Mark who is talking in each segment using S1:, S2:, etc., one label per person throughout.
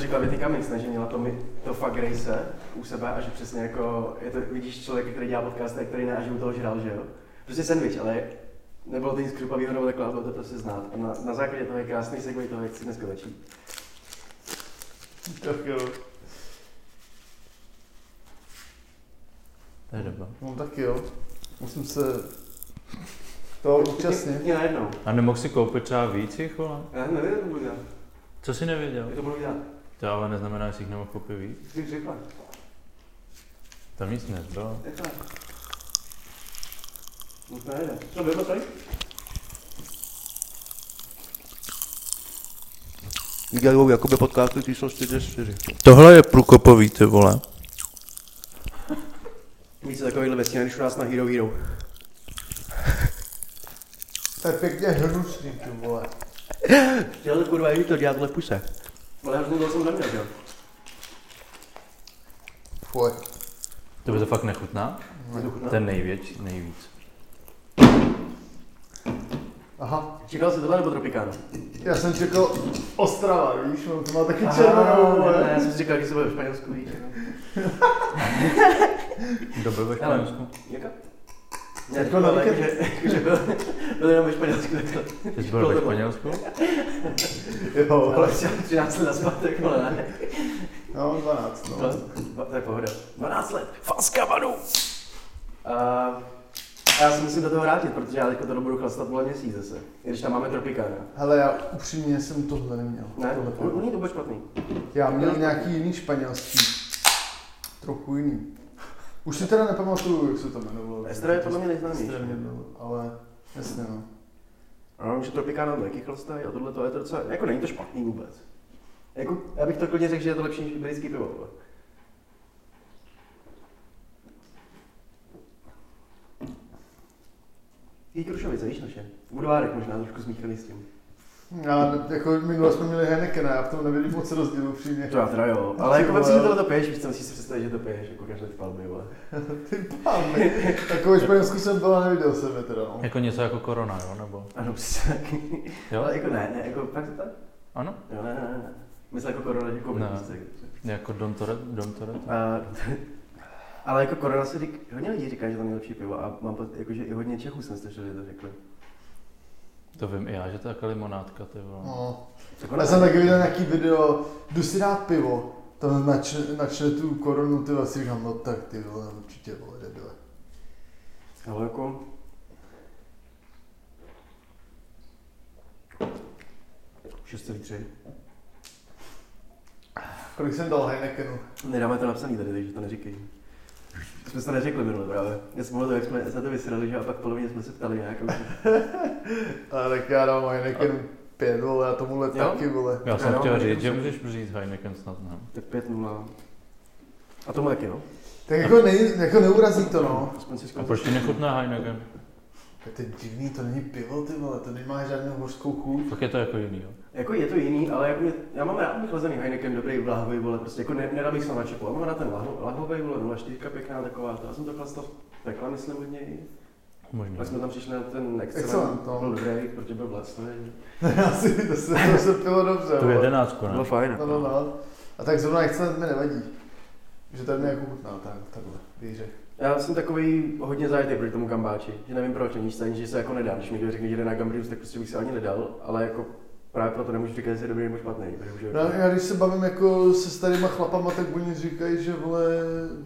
S1: ta vytýkami snaží měla to, mi- to fuck race u sebe a že přesně jako, je to, vidíš člověk, který dělá podcast, a který ne, a že u toho žral, že jo? Prostě sandwich, ale nebylo to nic křupavého nebo takhle, ale bylo to prostě znát. A na, na základě toho je krásný segway toho, jak si dneska začít.
S2: Tak jo.
S3: To je dobré.
S2: No tak jo. Musím se to účastnit.
S1: Mě najednou.
S3: A nemohl si koupit třeba víc jich, vole?
S1: Já nevím, jak to budu dělat.
S3: Co jsi nevěděl?
S1: Jak to budu dělat?
S3: To ale neznamená, že jsi jich nemohl koupit víc.
S1: Jsi řekla.
S3: Tam nic nebylo.
S1: Řekla. Moc nejde. No, bylo tady?
S4: Dělou jakoby podcasty číslo 44.
S3: Tohle je průkopový, ty vole.
S1: Více takovýhle věcí, než u nás na Hero Hero.
S2: To je pěkně hručný, ty vole.
S4: Já to kurva to dělá tohle puse.
S1: Ale já už nebyl jsem neměl, že jo?
S2: Fuj.
S3: To by to fakt nechutná?
S1: Je to chutná.
S3: Ten největší, nejvíc.
S2: Aha.
S1: Čekal jsi tohle nebo Tropicana?
S2: Já jsem čekal Ostrava, víš, on to má taky
S1: Aha,
S2: červenou,
S1: ne, ne,
S2: vole.
S1: já jsem si říkal, že se bude v Španělsku, víš.
S3: Kdo byl
S1: Ale-
S3: ve Španělsku?
S1: Jaká?
S2: Jako
S1: Ne,
S2: na
S1: ale
S2: víkend.
S1: jakože, jakože byl, byl jenom ve Španělsku takhle.
S3: Ty jsi byl ve Španělsku?
S2: Jo,
S1: Ale
S2: vole.
S1: třeba 13 let zpátek, ale ne.
S2: No, 12, no.
S1: To- To, to je pohoda. 12 let, faska vadu! A, a já si musím do toho vrátit, protože já teďko to budu chlastat vole měsíc zase. I když tam máme Tropicana.
S2: Hele, já upřímně jsem tohle neměl.
S1: Ne, Mhm.
S2: Tohle
S1: u, u
S2: pivo.
S1: ní to bude špatný.
S2: Já měl nějaký jiný španělský. Trochu jiný. Už si teda nepamatuju, jak se to jmenovalo.
S1: Estra je podle mě nejznámější.
S2: Estra mě bylo, ale jasně no.
S1: A vím, že Tropicana taky chlastají a tohle to je to docela, jako není to špatný vůbec. Jako, já bych to klidně řekl, že je to lepší než britský pivo. vole. Její krušovice, víš naše? Budvárek možná trošku smíchaný s tím.
S2: Já, jako minule jsme měli Henekena, já v tom nevidím moc rozdíl upřímně.
S1: To já teda jo, ale jako
S2: Ty
S1: myslím, že
S2: vole.
S1: tohle to piješ, víš co, musíš si představit, že to piješ, jako každé v palmy, vole.
S2: Ty páme. Takovou Španělsku jsem byl a neviděl jsem je teda. No.
S3: Jako něco jako korona, jo? Nebo?
S1: Ano, přesně taky.
S3: Jo?
S1: Ale jako ne, ne, jako fakt to tak?
S3: Ano?
S1: Jo, ne, ne, ne, ne. Myslím jako korona, jako
S3: Ne.
S1: ne.
S3: Jako Don Toret, Don Toret.
S1: A, ale jako korona se řík, hodně lidí říká, že to nejlepší pivo a mám pocit, jako, že i hodně Čechů jsem slyšel, že to řekli.
S3: To vím i já, že to je taká limonádka, ty vole.
S2: No.
S1: Tak
S2: Já jsem taky viděl nějaký video, jdu si dát pivo, tam načne, načne tu korunu, ty vole, si říkám, no tak ty vole, určitě vole, debile.
S1: Ale jako... Šest litry.
S2: Kolik jsem dal Heinekenu?
S1: Nedáme to napsaný tady, takže to neříkej. To jsme to neřekli minule právě. Já jsem mluvil, jak jsme se to vysrali, že a pak v polovině jsme se ptali nějak.
S2: Ale tak já dám Heinekenu pět, vole, a tomuhle
S1: Jo?
S2: taky, vole.
S3: Já jsem
S1: Jo,
S3: chtěl
S1: Heineken
S3: říct, že
S1: jsem-
S3: můžeš říct Heineken snad, ne?
S1: tak pět nula. A tomu taky, no.
S2: Tak jako, ne, jako neurazí to, no.
S1: Aspoň si
S3: A
S1: zkoušel.
S3: proč ti nechutná Heineken?
S2: Tak to je divný, to není pivo, ty vole, to nemá žádnou hořkou chuť.
S3: Tak je to jako jiný, jo?
S1: Jako je to jiný, ale jako mě, já mám rád vychlazený Heineken, dobrý vlahový, vole, prostě jako ne, nedal bych se na čepu. Já mám rád ten lahvo, lahový, vole, 04 pěkná taková, to já jsem to chlastal takhle, myslím, hodně i.
S3: Možná.
S1: Pak jsme tam přišli na ten excelent,
S2: Excellent, no.
S1: to byl dobrý, protože byl vlastný.
S2: Asi to se, to se pilo dobře,
S3: Tu jedenáctku,
S1: Bylo
S3: ne?
S1: fajn. jako.
S2: No, no, no. A tak zrovna excellent mi nevadí. Že tady nějakou chutná, tak, takhle, bych řekl.
S1: Já jsem takový hodně zajetý proti tomu gambáči, že nevím proč, ani se, ani, že se jako nedá. Když mi někdo řekne, že jde na gambrinus, tak prostě bych se ani nedal, ale jako právě proto nemůžu říkat, jestli je dobrý nebo špatný. Protože
S2: No, já když se bavím jako se starýma chlapama, tak oni říkají, že vole,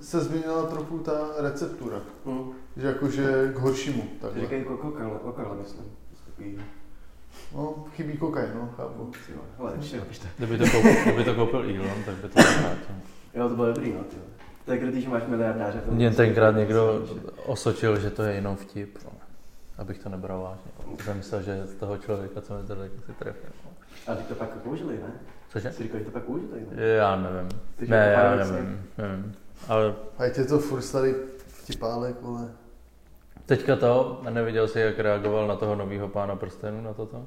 S2: se změnila trochu ta receptura.
S1: hm,
S2: Že jakože k horšímu,
S1: to
S2: takhle.
S1: říkají jako kokal, kokal, myslím. Takový,
S2: No, chybí kokain, no, chápu.
S1: ty vole, hele, ještě napište.
S3: Kdyby to, koupil, kdyby to koupil Elon, tak by to nevrátil.
S1: Jo, to bylo dobrý, no, ty. vole. To je když máš miliardáře. to
S3: Mě
S1: prostě-
S3: tenkrát někdo osočil, že to je jenom vtip. no. Abych to nebral vážně. Jsem myslel, že z toho člověka, co mi tady si trefil.
S1: A ty to pak použili, ne?
S3: Cože?
S1: Jsi říkal, že to pak použili, ne?
S3: Já nevím.
S1: Takže
S3: Ne,
S1: jako
S3: já
S1: paradoxně.
S3: nevím. nevím. Ale
S2: A je to furt starý vtipálek, vole.
S3: teďka to, a neviděl jsi, jak reagoval na toho nového pána prstenu, na toto?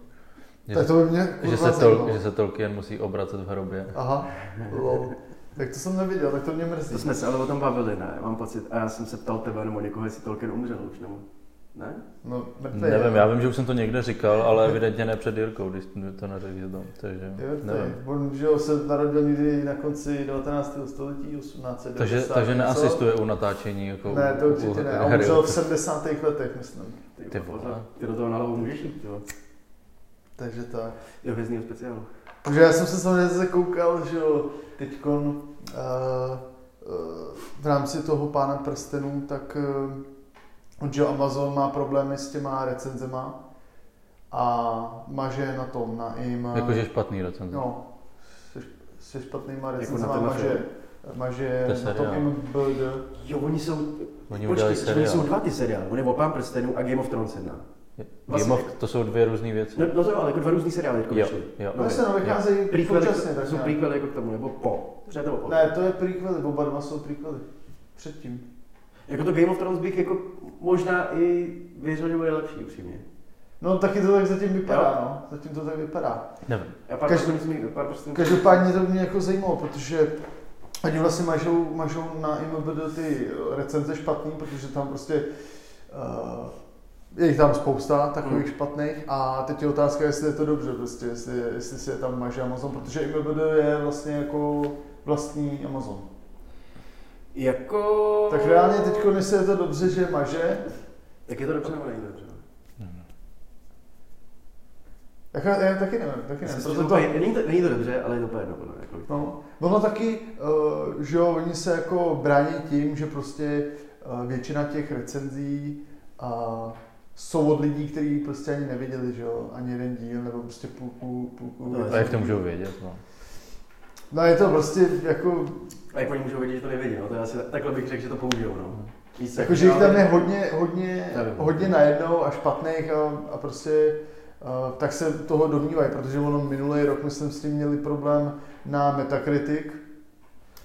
S3: Že,
S2: Tak to by mě
S3: že,
S2: kurva
S3: se tol,
S2: zajímalo.
S3: že se Tolkien musí obracet v hrobě.
S2: Aha, lol. Tak to jsem neviděl, tak to mě
S1: To
S2: mrzí.
S1: jsme se ale o tom bavili, ne? Mám pocit. A já jsem se ptal tebe nebo někoho, jestli Tolkien umřel už, nebo? Ne?
S2: No, neptej.
S3: Nevím, já vím, že už jsem to někde říkal, ale evidentně ne před Jirkou, když to neřekl, že tam, takže
S2: Jo, to
S3: nevím.
S2: je- On že jo, se narodil někdy na konci 19. století, 1890.
S3: Takže, takže
S2: něco.
S3: neasistuje u natáčení jako
S2: Ne, to
S3: u-
S2: určitě
S3: u
S2: ne. A
S3: Harryho.
S2: umřel v 70. letech, myslím.
S3: Ty vole.
S1: Ty do toho na hlavu můžeš jít, jo.
S2: Takže tak.
S1: Jo, hvězdního speciálu.
S2: Takže já jsem se samozřejmě zase koukal, že jo, teďkon uh, v rámci toho Pána prstenů, tak uh, že jo, Amazon má problémy s těma recenzema a maže na tom, na jim...
S3: Jakože špatný recenze.
S2: No, se, šp- se špatnýma
S1: Jako
S2: recenzema
S1: na
S2: jako
S1: ten
S2: maže,
S1: film.
S2: maže
S3: To je
S2: na tom
S3: seriál.
S2: IMDb.
S1: Jo, oni jsou,
S3: Oni
S1: počkej,
S3: udělali
S1: že oni jsou
S3: seriál.
S1: dva ty seriály. On je o Pán prstenů a Game of Thrones jedna.
S3: Game of, to jsou dvě různé věci.
S1: No, no to jo, ale jako dva různý seriály, jako
S3: Jo,
S1: vyšly.
S3: jo.
S2: No jasně, no vycházejí
S1: Prequel,
S2: současně tak
S1: jsou
S2: nějak.
S1: prequely jako k tomu, nebo po. Třeba to o po.
S2: Ne, to je prequely, oba dva jsou prequely. Předtím.
S1: Jako to Game of Thrones bych jako možná i věřil, že bude lepší, upřímně.
S2: No taky to tak zatím
S1: Jo.
S2: vypadá, no. Zatím to tak vypadá.
S3: Nevím.
S1: A pár
S2: Každý-
S1: Každý... pár prstenů.
S2: Každopádně to mě jako zajímalo, protože oni vlastně mažou, mažou na IMDb ty recenze špatný, protože tam prostě uh, je jich tam spousta takových
S1: Hmm.
S2: špatných a teď je otázka, jestli je to dobře, prostě, jestli, jestli si je tam maže Amazon, protože IMDb je vlastně jako vlastní Amazon.
S1: Jako...
S2: Tak reálně teď, jestli je to dobře, že maže,
S1: Tak je to dobře nebo není dobře?
S2: tak já, já taky nevím, taky nevím.
S1: Myslím, že
S2: Proto to,
S1: to... prostě úplně- Není, to, není to dobře, ale je to úplně jedno, podle mě, jako.
S2: No, ono taky, eh, že jo, oni se jako brání tím, že prostě eh, většina těch recenzí eh, jsou od lidí, kteří prostě ani neviděli, že jo, ani jeden díl, nebo prostě půlku, půlku.
S1: No,
S3: A jak to můžou vědět, no.
S2: No je to prostě jako,
S1: A jak oni můžou vědět, že to nevědí, no? To je asi takhle bych řekl, že to použijou, no. Víc
S2: jako že jich tam je hodně, hodně,
S1: Nevím.
S2: hodně najednou a špatných a, a prostě eh, tak se toho domnívají, protože ono minulý rok, myslím, s tím měli problém na Metacritic,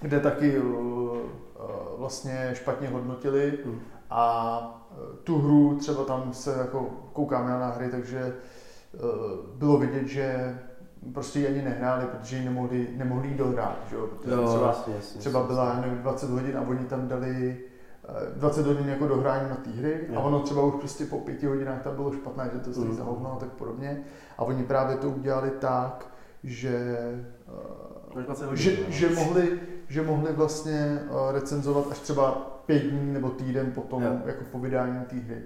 S2: kde taky eh, eh, vlastně špatně hodnotili
S1: Mm.
S2: a eh, tu hru třeba tam se jako koukám já na hry, takže eh, bylo vidět, že prostě ji ani nehráli, protože ji nemohli, nemohli jí dohrát, že jo? protože
S1: Jo,
S2: třeba
S1: jasně, jasně,
S2: třeba
S1: jasně.
S2: byla já nevím, 20 hodin a oni tam dali eh, 20 hodin jako dohrání na té hry a
S1: Jo.
S2: ono třeba už prostě po pěti hodinách tam bylo špatné, že to stojí
S1: Mm.
S2: za hovno a tak podobně. A oni právě to udělali tak, že, eh,
S1: Máš 20 hodin,
S2: že,
S1: no.
S2: že, mohli, že mohli vlastně eh, recenzovat až třeba pět dní nebo týden potom
S1: Jo.
S2: jako po vydání té hry.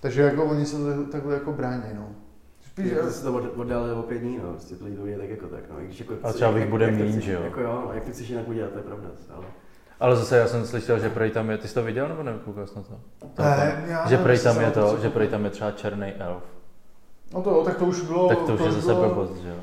S2: Takže jako oni se takhle- takhle jako brání, no. Spíš,
S1: Jako se to od- oddálili o pět dní, no, prostě to lidi to je tak jako tak, no. I když jako,
S3: A třeba
S1: jak-
S3: jich
S1: jak-
S3: bude
S1: jak to
S3: míň,
S1: chceš-
S3: že jo?
S1: Jako jo, no, jak to chceš jinak udělat, to je pravda, ale...
S3: Ale zase já jsem slyšel, že prej tam je, ty jsi to viděl nebo nekoukal jsi na to? To
S2: Ne,
S3: tam-
S2: eh, já
S3: že
S2: nevím,
S3: prej
S2: jestli
S3: tam
S2: jsem
S3: je
S2: na to
S3: to,
S2: co
S3: že prej
S2: koukal.
S3: tam je třeba černý elf.
S2: No to jo, tak to už bylo...
S3: Tak to už je
S2: už
S3: zase
S2: bylo-
S3: blbost, že jo?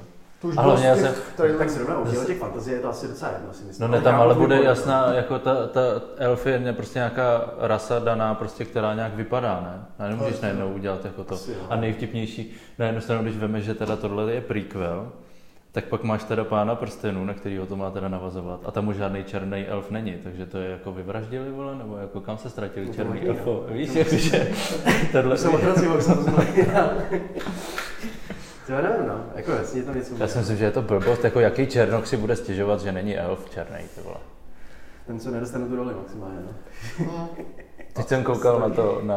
S2: To už
S3: A
S2: bylo
S3: hlavně já
S2: z těch
S3: jsem-
S2: trailerů.
S1: Tak zrovna u
S3: Zase-
S1: těchto těch fantazie je to asi docela jedno, si myslím.
S3: No ne, tam ale
S1: chápu, že
S3: bude
S1: bude,
S3: jasná, jako ta, ta elf je ne- prostě nějaká rasa daná, prostě, která nějak vypadá, ne? A nemůžeš
S2: Asi
S3: najednou udělat jako to.
S1: Asi jo.
S3: A nejvtipnější, na jednu stranu, když vemeš, že teda tohle je prequel, tak pak máš teda pána prstenů, na kterýho to má teda navazovat. A tam už žádný černý elf není, takže to je jako vyvraždili, vole, nebo jako kam se ztratili
S1: No to
S3: černý
S1: taky,
S3: elf.
S1: no.
S3: Víš, jakože tohle...
S1: Už jsem otrasil, už jsem to znamenal. To já nevím, no, jako jasně je tam něco.
S3: Já si myslím, že je to blbost, jako jaký černok si bude stěžovat, že není elf černý, ty vole.
S1: Ten, co nedostane tu roli maximálně, no.
S2: Mm.
S3: Teď jsem koukal na to, na,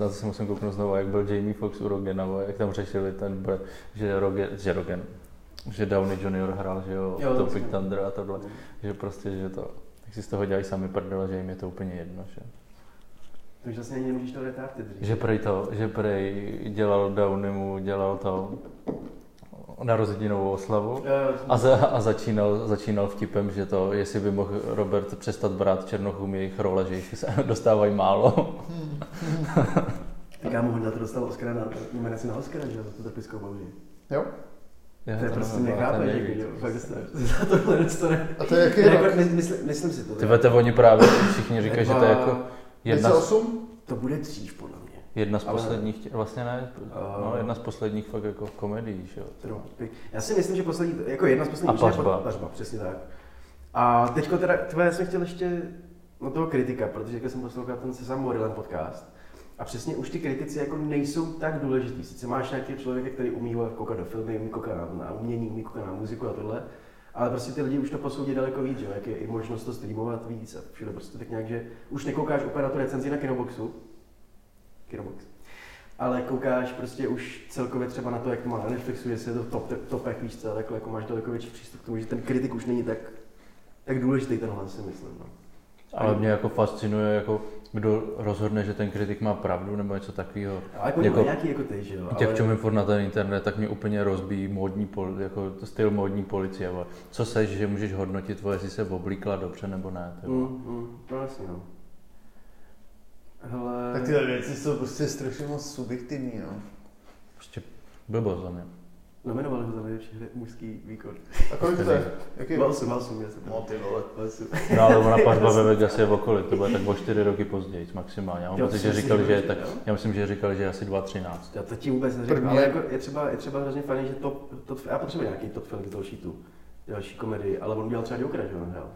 S3: na to se musím kouknout znovu, jak byl Jamie Fox u Rogena, vole, jak tam řešili ten, br- že Rogen, že Rogen, že Downey Jr. hrál, že jo,
S1: Jo,
S3: jo Topic
S1: jasně.
S3: Thunder a tohle, že prostě, že to, tak si z toho dělají sami prdele, že jim je to úplně jedno, že?
S1: To už vlastně ani nemůžeš to retardit.
S3: Že prej to, že prej dělal Downey mu, dělal to narozeninovou oslavu
S1: Eh,
S3: a, za, a začínal, začínal vtipem, že to, jestli by mohl Robert přestat brát Černochům jejich role, že jich se dostávají málo.
S2: hmm.
S1: Tak já mu hodně to dostal Oscara na nominaci na Oscara, že jo, za tu trpickou bouři.
S2: Jo?
S3: Já
S1: To je
S3: to
S1: prostě
S3: nevím, ale
S1: nechápe,
S3: to je
S1: že
S3: nejvíc,
S1: jo, fakt
S3: prostě.
S1: dostane- za tohle dostane.
S2: A to je jaký
S1: To je jako-
S2: rok?
S1: mys- mysl- Myslím si to.
S3: Ty vete, oni právě všichni říkají, že to je jako
S1: Dva-
S3: jedna, z-
S2: 8?
S1: To bude dřív, podle mě.
S3: jedna z
S1: ale-
S3: posledních, tě- vlastně ne,
S1: A-
S3: no, jedna z posledních fakt jako komedií, že jo.
S1: Trompy. Já si myslím, že poslední, jako jedna z posledních.
S3: A
S1: určitě
S3: pařba.
S1: pod- pařba, přesně tak. A teďko teda, tvoje, já jsem chtěl ještě na toho kritika, protože jako jsem poslouchal ten se Sam Morilem podcast. A přesně už ty kritici jako nejsou tak důležitý. Sice máš nějakého člověka, který umí vole, koukat do filmy, umí koukat na, na umění, umí koukat na muziku a tohle, ale prostě ty lidi už to posoudí daleko víc, že? jo, jak je i možnost to streamovat víc a všude prostě tak nějak, že už nekoukáš úplně na tu recenzi na Kinoboxu, Kirobox. Ale koukáš prostě už celkově třeba na to, jak to má na Netflixu, jestli je to v top, topech, víš co, a takhle jako máš daleko větší přístup k tomu, že ten kritik už není tak, tak důležitý tenhle, si myslím. No.
S3: Ale mě jako fascinuje, jako kdo rozhodne, že ten kritik má pravdu nebo něco takového.
S1: Ale jako,
S3: Jako-
S1: jako nějaký jako ty, že jo?
S3: Jak
S1: ale-
S3: čumím furt na ten internet, tak mě úplně rozbíjí módní, poli, jako styl módní policie. vole. Co seš, že můžeš hodnotit, tvoje, jestli se oblíkla dobře nebo ne. ty
S1: Mm,
S3: vole.
S1: mm, no jasně, no. Hele...
S2: Tak tyhle věci jsou prostě strašně moc subjektivní, no.
S3: Prostě blbost za mě.
S1: Nominovali ho za nejlepší hry, mužský výkon.
S2: A kolik to je? Jaký?
S1: 28, 28, já jsem tam.
S2: ty vole.
S3: No ale ona padla ve Vegas je v okolí, to bude tak o čtyři roky později maximálně. Já mám
S1: Jo, no.
S3: pocit,
S1: si
S3: že
S1: myslíš,
S3: říkali, No, že je
S1: že
S3: tak,
S1: jo?
S3: já myslím, že říkali, že je asi 2.13.
S1: Já to ti vůbec neřeknu,
S2: První
S1: ale
S2: je-
S1: jako je třeba, je třeba hrozně fajn, že to, to, já potřebuji nějaký top film z toho sheetu, další komedii, ale on udělal třeba Jokera, že on hrál,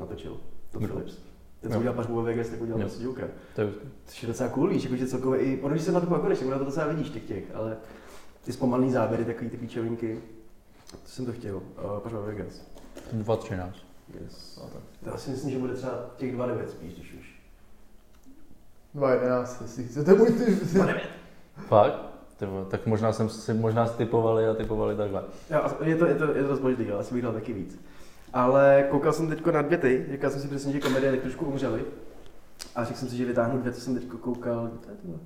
S1: natočil, to
S3: Jo.
S1: Phillips. Ten,
S3: Jo.
S1: co udělal Pařbu ve Vegas, tak udělal
S3: Jo.
S1: prostě Jokera.
S3: To je,
S1: Což je docela cool, víš, jakože celkově i, ono, když se na to koukneš, tak ono to docela vidíš těch těch, ale ty zpomalený záběry, takový ty píčovinky, to jsem to chtěl, uh, Pařbu ve Vegas.
S3: 2.13.
S1: Yes.
S2: No,
S1: Já si myslím, že bude třeba těch 2,9 spíš, když už.
S2: 2.11, jestli chcete můj ty...
S1: 2,9.
S3: Fakt? Ty vole, tak možná jsem si, možná si typovali a typovali takhle.
S1: Jo, a Je to, je to, je to dost možný, ale asi bych dal taky víc. Ale koukal jsem teď na dvě ty, říkal jsem si přesně, že komedie tak trošku umřely. A řekl jsem si, že vytáhnu dvě, co jsem teď koukal. Kde to je tohle?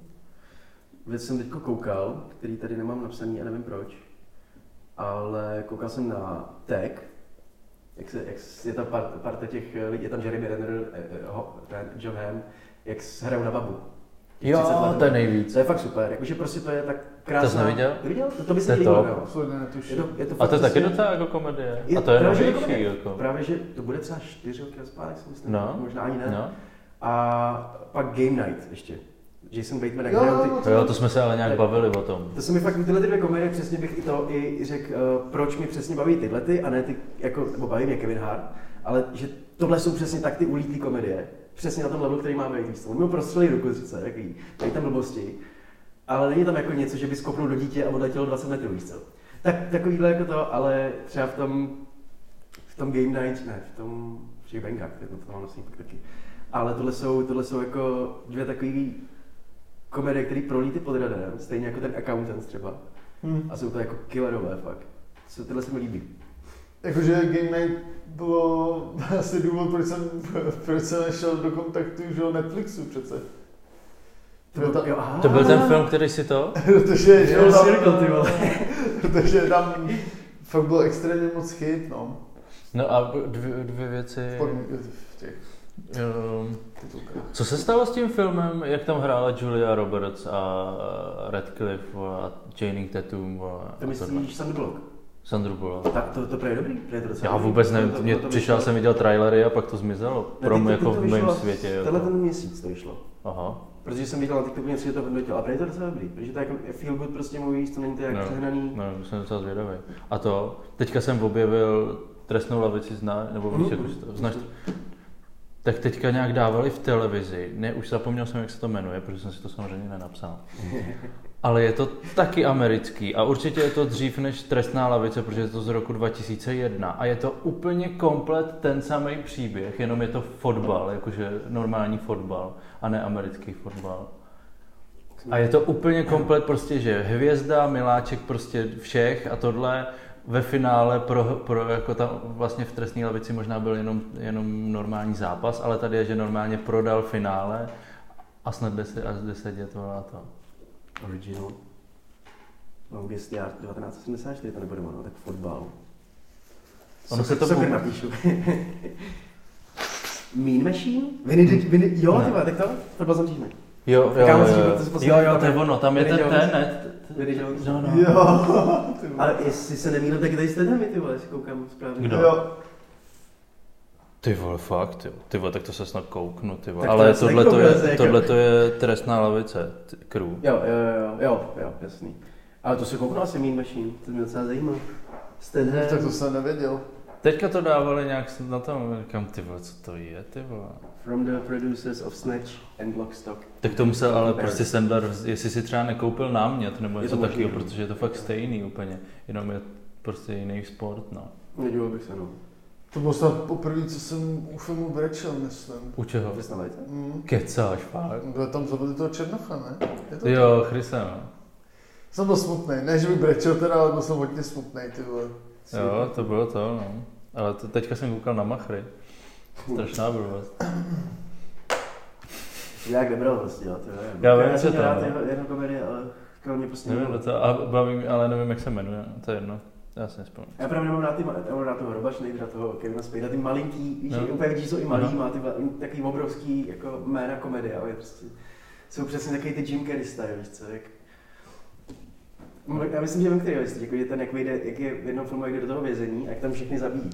S1: Dvě, co jsem teď koukal, který tady nemám napsaný a nevím proč. Ale koukal jsem na Tech, jak, se, jak s- je tam part, parta těch eh, lidí, je tam Jeremy Renner, eh, eh, ho- ten John Hamm, jak s- hrajou na babu. Těch 30
S3: Jo,
S1: let.
S3: to je nejvíc.
S1: To je fakt super, jakože prostě to je tak krásná...
S3: To jsi neviděl?
S1: Neviděl? To, to by
S3: To
S1: se
S3: je
S1: líbilo,
S3: top.
S1: jo.
S2: Absolutně
S1: Je
S2: netuším.
S1: to, je to
S3: A
S1: fakt
S3: to je taky
S1: prostě-
S3: docela jako komedie.
S1: Je-
S3: A to je
S1: právě, že to
S3: novější.
S1: komedie.
S3: Jako.
S1: Právě, že to bude třeba čtyři roky zpátky, si myslím,
S3: No.
S1: možná ani ne.
S3: No.
S1: A pak Game Night ještě. Jason Bateman, jak
S2: Jo,
S1: hrajou ty...
S2: jo,
S3: To jo, to jsme se ale nějak
S1: No, Tak.
S3: bavili o tom.
S1: To se mi fakt tyhle ty dvě komedie přesně bych i to i i řekl, eh, proč mi přesně baví tyhle ty, a ne ty, jako, nebo baví mě Kevin Hart, ale že tohle jsou přesně tak ty ulítlý komedie. Přesně na tom levelu, který máme být. Oni mu prostřelí ruku z ruce, jaký, tady tam blbosti. Ale není tam jako něco, že by skopnul do dítě a odletělo 20 metrů, víš co? Tak, takovýhle jako to, ale třeba v tom, v tom Game Night, ne, v tom, v těch Bangách, to to mám vlastně taky. Ale tohle jsou, tohle jsou jako dvě takový komedie, které prolíty pod radarem, stejně jako ten Accountant třeba.
S2: Hm.
S1: A jsou to jako killerové fakt. Co tyhle se mi líbí.
S2: Jakože Game Night bylo asi důvod, proč jsem, proč jsem nešel do kontaktu už o Netflixu přece. To byl ta-
S1: jo, aha.
S3: To byl ten film, který si to?
S2: Protože, že
S1: Jo,
S2: tam-
S1: Circle, ty vole.
S2: protože tam fakt bylo extrémně moc chyb, no.
S3: No a dvě, dvě věci.
S2: V podmí- v těch
S3: Ehm,
S2: titulkách.
S3: Co se stalo s tím filmem, jak tam hrála Julia Roberts a Radcliffe vole, a Channing Tatum vole, a
S1: To myslíš Sandra Bullock?
S3: Sandru Bullock?
S1: Tak to, to prej je dobrý, prej je to docela
S3: Já
S1: dobrý.
S3: vůbec
S1: To-
S3: nevím,
S1: to-
S3: mě
S1: to- to
S3: přišel
S1: vyšlo-
S3: jsem viděl trailery a pak to zmizelo.
S1: Na
S3: Pro mě
S1: TikToku
S3: jako
S1: to
S3: v
S1: vyšlo
S3: mém světě. jo.
S1: Tenhle ten měsíc to vyšlo.
S3: Aha.
S1: Protože jsem viděl na TikToku něco, že to hodnotil. A prej je to docela dobrý, protože to je jako feel good prostě mluvíš, to není to jak
S3: No.
S1: přehnaný.
S3: No, jsem docela zvědavý. A to, teďka jsem objevil trestnou lavici, zná, nebo prostě víš,
S1: Mm-hmm.
S3: jak už No,
S1: Hm?
S3: to, znáš to? Tak teďka nějak dávali v televizi, ne, už zapomněl jsem, jak se to jmenuje, protože jsem si to samozřejmě nenapsal. Ale je to taky americký a určitě je to dřív než Trestná lavice, protože je to z roku 2001 a je to úplně komplet ten samý příběh, jenom je to fotbal, jakože normální fotbal a ne americký fotbal.
S1: Hm.
S3: A je to úplně komplet prostě, že hvězda, miláček prostě všech a tohle ve finále pro, pro jako tam vlastně v trestní lavici možná byl jenom, jenom normální zápas, ale tady je, že normálně prodal finále a snad 10 až 10 je to na to.
S1: Original. Longest Yard 1974, to nebude ono, tak fotbal.
S3: Ono se to
S1: soccer
S3: pou-
S1: napíšu. mean Machine? Viny, viny, jo,
S3: Ne.
S1: ty vole, tak to? To byl zamřížný.
S3: Jo,
S1: jo, Kámo, jo, jo. to se
S3: jo,
S1: posílá,
S3: jo,
S1: jo,
S3: to je ono, tam je
S1: Vinny
S3: ten
S1: Jones.
S3: ten, ne?
S1: Vinny Jones.
S3: No, no.
S2: Jo, ty vole.
S1: Ale jestli se nemýlím, tak tady jste tam, ty vole, jestli koukám správně.
S3: Kdo?
S2: Jo,
S3: Ty vole, fakt, jo. Ty vole, tak to se snad kouknu, ty vole.
S1: Tak to
S3: Ale
S1: je
S3: tohle to
S1: snad
S3: je,
S1: jako-
S3: tohle to je trestná lavice, t- crew.
S1: Jo, jo, jo, jo, jo, jasný. Ale to se kouknu asi Mean Machine, to mě docela zajímá. Jste
S2: tak to jsem nevěděl.
S3: Teďka to dávali nějak na tom, říkám, ty vole, co to je, ty vole.
S1: From the producers of Snatch and Lockstock.
S3: Tak to musel ale prostě Sandler, vz- jestli si třeba nekoupil námět nebo
S1: Je
S3: něco
S1: to možný.
S3: takového, protože je to fakt stejný úplně, jenom je prostě jiný sport, no.
S1: Nedíval bych se, no.
S2: To To bylo snad poprvé, co jsem u filmu brečel, myslím.
S3: U čeho?
S1: Vyznavajte?
S2: Mm.
S3: Kecáš, fakt.
S2: Bylo tam zabili toho Černocha, ne? Je to
S3: Jo, Chryse, no.
S2: Jsem byl smutný, ne, že bych brečel teda, ale byl jsem hodně smutný, ty vole.
S3: Jo, to bylo to, no. Ale to, teďka jsem koukal na Machry. Strašná blbost.
S1: Nějak nebral prostě, jo, to je.
S3: Já vím, že
S1: jsem
S3: to
S1: rád
S3: je.
S1: jeho, jeho komedie, ale kromě prostě
S3: Nevím, kdo to, a baví mě, ale nevím, jak se jmenuje, no, to je jedno. Já si nespomínám.
S1: Já právě nemám rád ty, ma- já mám rád toho Robaš, nejde rád toho Kevina Spadea, ty malinký, víš,
S3: No.
S1: no. úplně vidíš, že jsou i malý,
S3: No.
S1: má ty, va- takový obrovský jako jména komedie, ale prostě jsou přesně takový ty Jim Carrey style, víš co, jak... No, Já myslím, že vím, který je, jako je ten, jak, vyjde, jak je v jednom filmu, jak jde do toho vězení, a jak tam všechny zabíjí.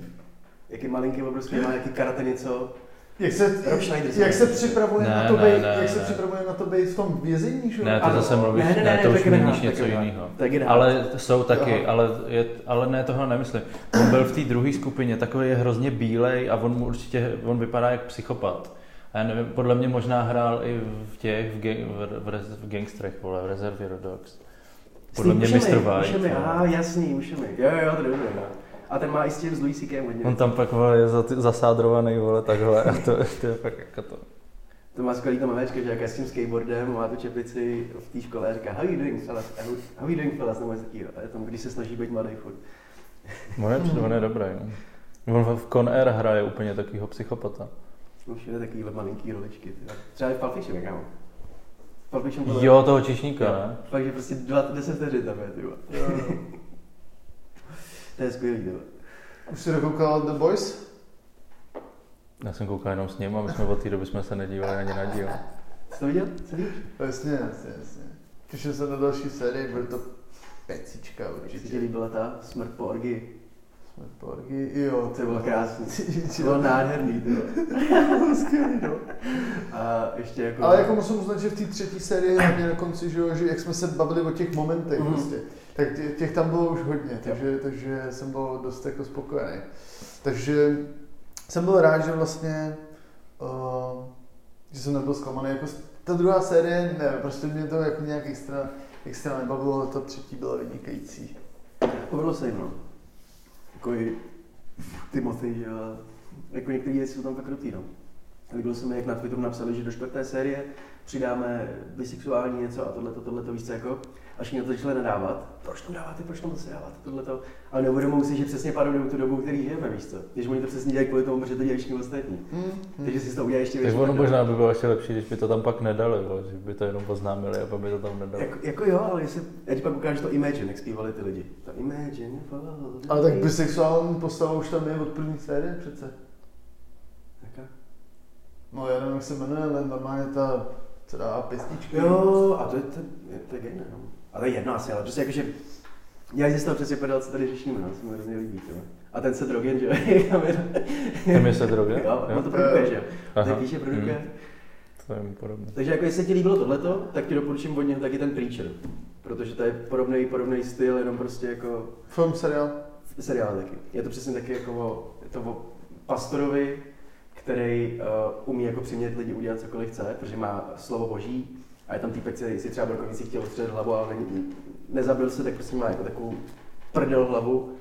S1: Jak je malinký, obrovský, má nějaký karate něco.
S2: Jak se,
S1: Rob Schneider.
S2: jak se připravuje
S3: Ne,
S2: na to
S3: ne,
S2: být,
S3: ne,
S2: jak se
S3: ne.
S2: připravuje na to být v tom vězení, že? jo?
S3: Ne, to
S1: Ano.
S3: zase mluvíš,
S1: Ne, ne,
S3: ne,
S1: ne,
S3: to
S1: to
S3: už
S1: je Kevin
S3: mluvíš
S1: Hart,
S3: něco
S1: to je Kevin
S3: jiného.
S1: Tak je
S3: Ale jsou taky,
S2: Aha.
S3: ale, je, ale ne, toho nemyslím. On byl v té druhé skupině, takový je hrozně bílej a on mu určitě, on vypadá jak psychopat. A já nevím, podle mě možná hrál i v těch, v, ge, v, v, rez- v gangstrech, vole, v Reservoir Dogs. Podle mě Mr. White. no.
S1: Mušemi,
S3: jo.
S1: aha, jasný, mušemi. Jo, jo, jo, to je dobré. no. A ten má i s tím s Louis C.K. hodně.
S3: On tam pak vole, je za- zasádrovaný, vole, takhle, a to, to je pak jako to.
S1: To má skvělý to mamečka, že jak je s tím skateboardem, má tu čepici v té škole a říká How you doing fellas? How- How you doing fellas? Nebo něco takového. A je tam, když se snaží být mladý furt.
S3: On je, on je dobrý, no. On v Con Air hraje úplně takovýho psychopata.
S1: Jsou všude takovýhle malinký roličky. Tyhle. Třeba i v Pulp Fiction, kámo. V Pulp Fiction podle-
S3: Jo, toho čišníka, ne?
S1: Fakt, že prostě 20, 10 vteřin tam je, ty vole.
S2: Jo, jo.
S1: To je skvělý, ty vole.
S2: Už jsi dokoukal The Boys?
S3: Já jsem koukal jenom s ním a my jsme od té doby jsme se nedívali ani na díl.
S1: Jsi to viděl? Celý?
S2: Jasně, jasně, jasně. Těším se na další sérii, bude to pecička
S1: Že se ti
S2: určitě.
S1: líbila ta smrt po orgii.
S2: Jsme porgy, jo,
S1: To bylo krásný. To
S2: ty
S1: bylo nádherný, ty vole.
S2: skvělý, no.
S1: A ještě jako...
S2: Ale jako musím uznat, že v té třetí sérii hlavně na konci, že, jo, že jak jsme se bavili o těch momentech,
S1: Mhm.
S2: mm. prostě, tak tě- těch tam bylo už hodně, takže, takže jsem byl dost jako spokojený. Takže jsem byl rád, že vlastně, uh, že jsem nebyl zklamaný. Jako s- ta druhá série, ne, prostě mě to jako nějak extra, extra nebavilo, ale ta třetí byla vynikající.
S1: Povedlo se jim, no. Jako i Timothy, že jo. a Jako některé věci jsou tam tak krutý, no. Líbilo se mi, jak na Twitteru napsali, že do čtvrté série přidáme bisexuální něco a tohle, tohle, to víš co, jako. Až mě to začali nadávat. Proč to dáváte, proč to musí dávat, tohle to. Ale neuvědomuji si, že přesně parodují tu dobu, který žijeme, víš co. Když oni to přesně dělají kvůli tomu, že to dělají všichni ostatní.
S2: Mm.
S1: Takže si to udělají ještě
S3: Tak
S1: větší
S3: ono
S1: prdel.
S3: možná by bylo ještě lepší, když by to tam pak nedali, vole, že by to jenom oznámili a pak by to tam nedali.
S1: Jako, jako, jo, ale jestli, já ti pak ukážu to Imagine, jak zpívali ty lidi. To Imagine,
S2: Ale tak bisexuální postava už tam je od první série přece.
S1: Jaká?
S2: No já nevím, jak se jmenuje, ale normálně ta, co dává pěstičky.
S1: Jo, a to je, to, je, to je gay, no. A to je jedno asi, ale prostě jakože... Já jsem z toho přesně podal, co tady řešíme, no, se mi hrozně líbí, jo. A ten se drogen, že jo,
S3: Tam je se drobě?
S1: jo, on to
S3: Jo?
S1: produkuje, že jo.
S3: Aha.
S1: Tak píše, produkuje.
S3: Mm. To je mu podobné.
S1: Takže jako jestli ti líbilo tohleto, tak ti doporučím od něho taky ten Preacher. Protože to je podobný, podobný styl, jenom prostě jako
S2: Film, seriál.
S1: seriál taky. Je to přesně taky jako o, je to o pastorovi, který uh, umí jako přimět lidi udělat cokoliv chce, protože má slovo boží a je tam týpek, který si třeba brokovnici chtěl odstřelit hlavu, ale není, nezabil se, tak prostě má jako takovou prdel hlavu.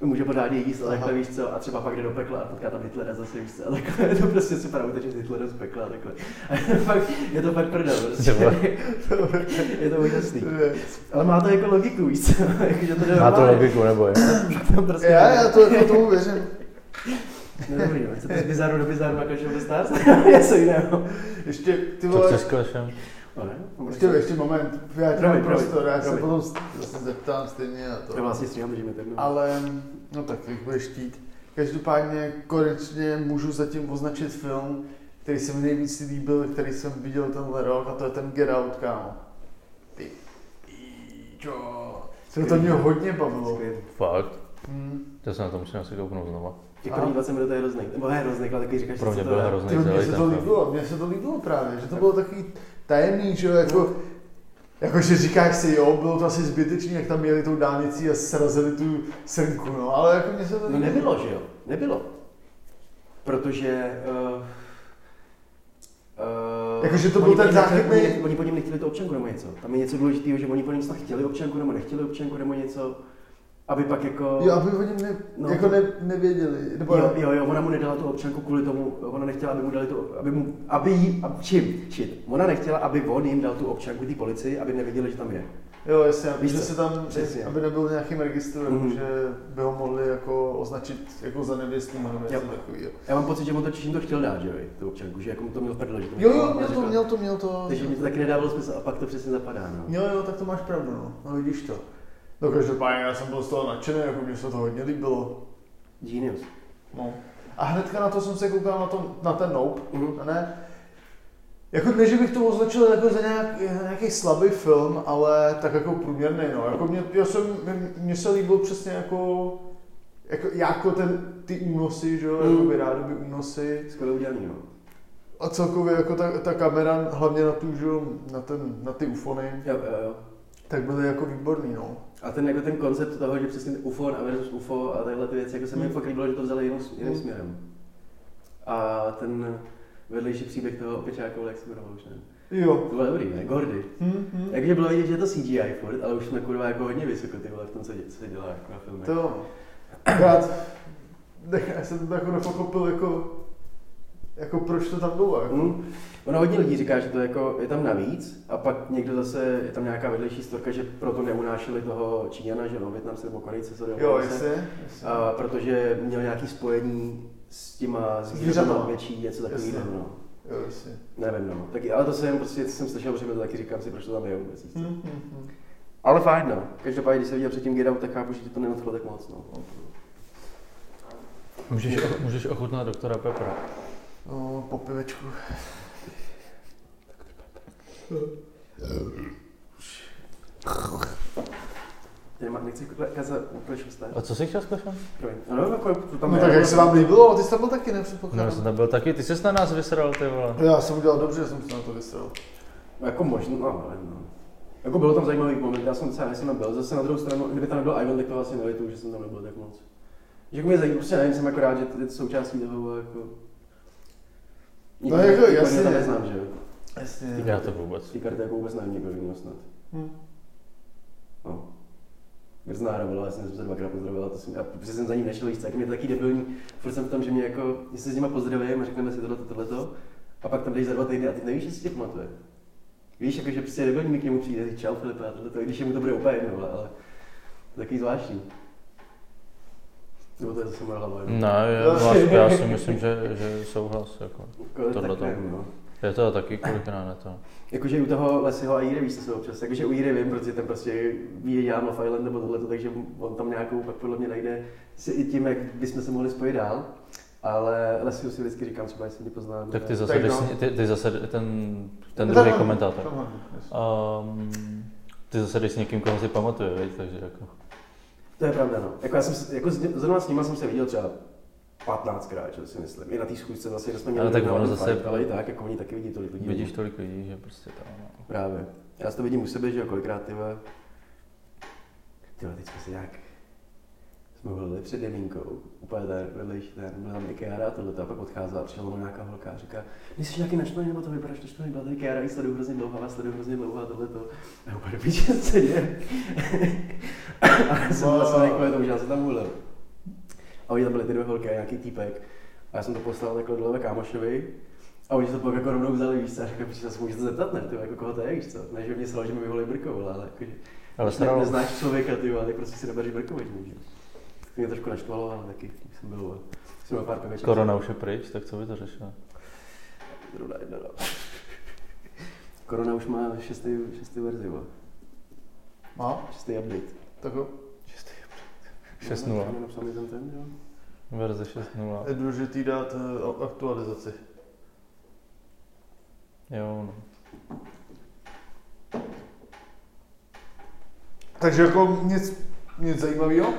S1: Může pořád jí jíst, ale
S2: Aha.
S1: takhle víš co, a třeba pak jde do pekla a potká tam Hitlera zase víš co, a takhle je to prostě super, uteče z Hitlera z pekla a takhle. A je to fakt, je to fakt prdel, prostě.
S3: Ty vole.
S1: je to úžasný.
S2: Je.
S1: Ale má to jako logiku, víš co, jakože to jde
S3: Má to
S1: normálně.
S3: logiku, nebo je?
S1: Tam prostě
S2: Já, já to, jako tomu věřím.
S1: No dobrý, no. Chcete z bizaru do bizaru na každém bez stars? Něco jiného.
S2: Ještě, ty
S3: Co
S2: vole,
S3: chceš s klešem?
S1: No ne,
S2: ještě, ještě moment, já ti
S1: Promiň, promiň,
S2: dám prostor, já se
S1: promiň.
S2: potom zase zeptám stejně na
S1: Já
S2: to.
S1: vlastně stříhám, že mi tak no.
S2: Ale, no tak, jak budeš štít. Každopádně konečně můžu zatím označit film, který se mi nejvíc líbil, který jsem viděl tenhle rok, a to je ten Get Out, kámo. Ty píčo. Se to mě hodně bavilo.
S1: Skvělý.
S3: Fakt.
S2: Hmm.
S3: To se na to musím asi kouknout znova.
S1: Těch
S2: A?
S1: první 20 minut je hrozný. Nebo ne hrozný, ale taky říkáš,
S3: Pro mě
S1: co
S3: byl
S1: je.
S3: hrozný.
S2: Ty, mně
S3: Nejzalej
S2: se
S3: ten
S2: to
S3: film.
S2: líbilo, mně se to líbilo právě, že to bylo takový tajemný, že jo, jako, jakože říkáš si, jo, bylo to asi zbytečný, jak tam jeli tou dálnicí a srazili tu srnku, no, ale jako mně se to
S1: No nebylo, že jo? Nebylo. Protože... Uh, uh,
S2: Jakože to byl
S1: oni
S2: ten
S1: po něm nechtěli-
S2: záchytný-
S1: Oni, oni po něm nechtěli tu občanku nebo něco. Tam je něco důležitého, že oni po něm snad chtěli občanku nebo nechtěli občanku nebo něco. aby pak jako...
S2: Jo, aby oni ne,
S1: No.
S2: no. jako ne, nevěděli. Nebo
S1: Jo, jo, jo, ona mu nedala tu občanku kvůli tomu, ona nechtěla, aby mu dali tu, aby mu, aby jí, aby, čím, čím. Ona nechtěla, aby on jim dal tu občanku té policii, aby nevěděli, že tam je.
S2: jo jasně, aby
S1: Víš
S2: že
S1: co?
S2: se tam,
S1: Přesně.
S2: aby nebyl v nějakým registru,
S1: Mhm.
S2: mm. že by ho mohli jako označit jako za nevěstný nebo něco
S1: Jo.
S2: takového.
S1: Já mám pocit, že mu to Češin to chtěl dát, že jo, tu občanku, že jako mu to měl v prdle, že to
S2: Jo,
S1: nechtěla,
S2: jo, měl to,
S1: říkala.
S2: měl to, měl to.
S1: Takže mi to taky nedávalo smysl a pak to přesně zapadá, no.
S2: Jo, jo, tak to máš pravdu, no, no vidíš to. No každopádně já jsem byl z toho nadšený, jako mně se to hodně líbilo.
S1: Genius.
S2: No. A hnedka na to jsem se koukal na, to, na ten Nope,
S1: Mhm.
S2: a ne? Jako ne, že bych to označil jako za nějak, nějaký slabý film, ale tak jako průměrný, no. Jako mě, já jsem, mě- mě se líbil přesně jako, jako, jako ten, ty únosy, že jo,
S1: Mhm.
S2: mm. jakoby rádoby únosy.
S1: Skoro udělaný, no.
S2: A celkově jako ta, ta kamera, hlavně na tu, že jo, na, ten, na ty ufony,
S1: Jo, jo, jo.
S2: tak byly jako výborný, no.
S1: A ten, jako ten koncept toho, že přesně UFO a versus UFO a tyhle ty věci, jako se mi
S2: Hmm.
S1: fakt líbilo, že to vzali jiným, jiným
S2: Hmm.
S1: směrem. A ten vedlejší příběh toho opičáku, jak se jmenoval už nevím.
S2: Jo.
S1: To bylo dobrý, ne? Gordy.
S2: Hm, hm.
S1: Jakože bylo vidět, že je to CGI furt, ale už jsme kurva jako hodně vysoko ty vole v tom, co, dě, co se dělá jako na filmech.
S2: To jo. Akorát, ne, já jsem to jako nepochopil, jako, jako proč to tam bylo, jako.
S1: Hm? Ono hodně lidí říká, že to jako je tam navíc a pak někdo zase, je tam nějaká vedlejší storka, že proto neunášeli toho Číňana, že no, Větnamce nebo Korejce, co
S2: Jo, jasně. jasně.
S1: A protože měl nějaký spojení s těma zvířatama
S2: Zvířatama.
S1: větší, něco takového.
S2: Jasně.
S1: No.
S2: Jo, jasně.
S1: Nevím, no. Taky, ale to jsem prostě, jsem slyšel, protože mi to taky říkám si, proč to tam je vůbec.
S2: Hm,
S1: Hmm.
S2: hm, hm.
S1: Ale fajn, no. Každopádně, když jsem viděl předtím Get Out, tak chápu, že tě to nenadchlo tak moc, no.
S3: Můžeš, můžeš ochutnat doktora Pepra.
S2: No, po pivečku.
S1: Tady má, nechci kázat úplně šusté.
S3: A co jsi chtěl slyšet?
S1: No, no, jako, to tam
S2: no
S1: je,
S2: tak
S1: no.
S2: jak se vám líbilo, ty jsi tam byl taky, ne?
S3: No, já
S2: Předpokládám.
S3: jsem tam byl taky, ty jsi na nás vysral, ty vole.
S2: Já jsem udělal dobře, že jsem se na to vystřelil.
S1: No, jako možno, no, nevím, no. Jako bylo tam zajímavý moment, já jsem docela nejsem tam byl. Zase na druhou stranu, kdyby tam nebyl Ivan, tak to vlastně nelituju, že jsem tam nebyl tak moc. Že jako mě zajímá, prostě nevím, jsem jako rád, že to je součástí toho, bylo jako... Nikoho-
S2: jako
S1: nikoho
S2: jasně.
S1: tam neznám, že jo.
S2: Jasně.
S3: Já to vůbec.
S1: Ty karty jako vůbec nevím, někoho jiného snad.
S2: Hm.
S1: Grznára byla, já vlastně jsem se dvakrát pozdravila, to jsem, já protože jsem za ním nešel víc, tak mě to taky debilní, furt jsem v tom, že mě jako, my se s nima pozdravujeme, řekneme si tohleto, tohleto, a pak tam jdeš za dva týdny a ty nevíš, jestli tě pamatuje. Víš, jako, že prostě debilní mi k němu přijde, čau Filipe, a tohleto, i když mu to bude úplně jedno, ale, ale to je takový zvláštní. Nebo to je zase moje hlava, jenom.
S3: Ne, já,
S2: No.
S3: vlastně, já si myslím, že, že souhlas. Jako.
S1: Jako,
S3: tohle
S1: tak
S3: to.
S1: nevím, no.
S3: Je to taky kolikrát ne to.
S1: Jakože u toho Lesieho a Jiry víš, co se občas, jakože u Jiry vím, protože ten prostě ví, že dělám Love Island nebo tohleto, takže on tam nějakou pak podle mě najde si i tím, jak bychom se mohli spojit dál. Ale Lesiu si vždycky říkám, třeba jestli mě poznám.
S3: Tak ty zase,
S2: Tak
S3: jdeš
S2: no.
S3: s- ty, ty zase ten, ten
S2: No,
S3: druhý
S2: tam-
S3: komentátor.
S2: tam mám, jasně.
S3: Um, ty zase jdeš s někým, koho si pamatuje, viď? takže jako.
S1: To je pravda, no. Jako já jsem, s- jako s- zrovna s nima jsem se viděl třeba 15krát, že si myslím. I na té schůzce vlastně, kde jsme měli
S3: Ale tak
S1: na
S3: ono
S1: Open
S3: zase-
S1: Fight, ale i tak, jako oni taky vidí tolik lidí.
S3: Vidíš tolik lidí, že prostě tam. No.
S1: Právě. Já si to vidím u sebe, že jo, kolikrát ty vole. Ty vole, teď jsme si nějak jsme byli před Jemínkou, úplně ten vedlejší ten, byl tam Ikeara a tohle, a pak odcházela, přišla ona nějaká holka a říká, nejsi nějaký načlený, nebo to vypadáš načlený, byla tady Ikeara, jí sleduju hrozně dlouho, vás sleduju hrozně dlouho a tohle to. A úplně do píče co se děje. a já jsem byl asi kvůli tomu, že já jsem tam mluvil. A oni tam byli ty dvě holky a nějaký týpek. A já jsem to poslal takhle dole kámošovi, a oni se to pak jako rovnou vzali, víš co, a říkali, že se můžete zeptat, ne, ty, vole, jako koho to je, víš co, ne, že mě sralo, že mi vyvolí brkou, ale jakože,
S3: Ale
S1: když ne,
S3: sralo.
S1: neznáš člověka, ty, vole, tak prostě si nebereš brkou, že může. To mě trošku naštvalo, ale taky jsem byl, vole, jsem měl pár piveček.
S3: Korona už je pryč, tak co by to řešilo?
S1: Zrovna jedna, no. Korona už má šestý, šestý verzi, vole.
S2: Má?
S1: šestý update.
S2: Tak jo.
S3: 6.0.
S1: No, napsal mi tam ten, jo.
S3: Verze 6.0.
S2: Je důležitý dát eh, aktualizaci.
S3: Jo, no.
S2: Takže jako nic, nic zajímavého?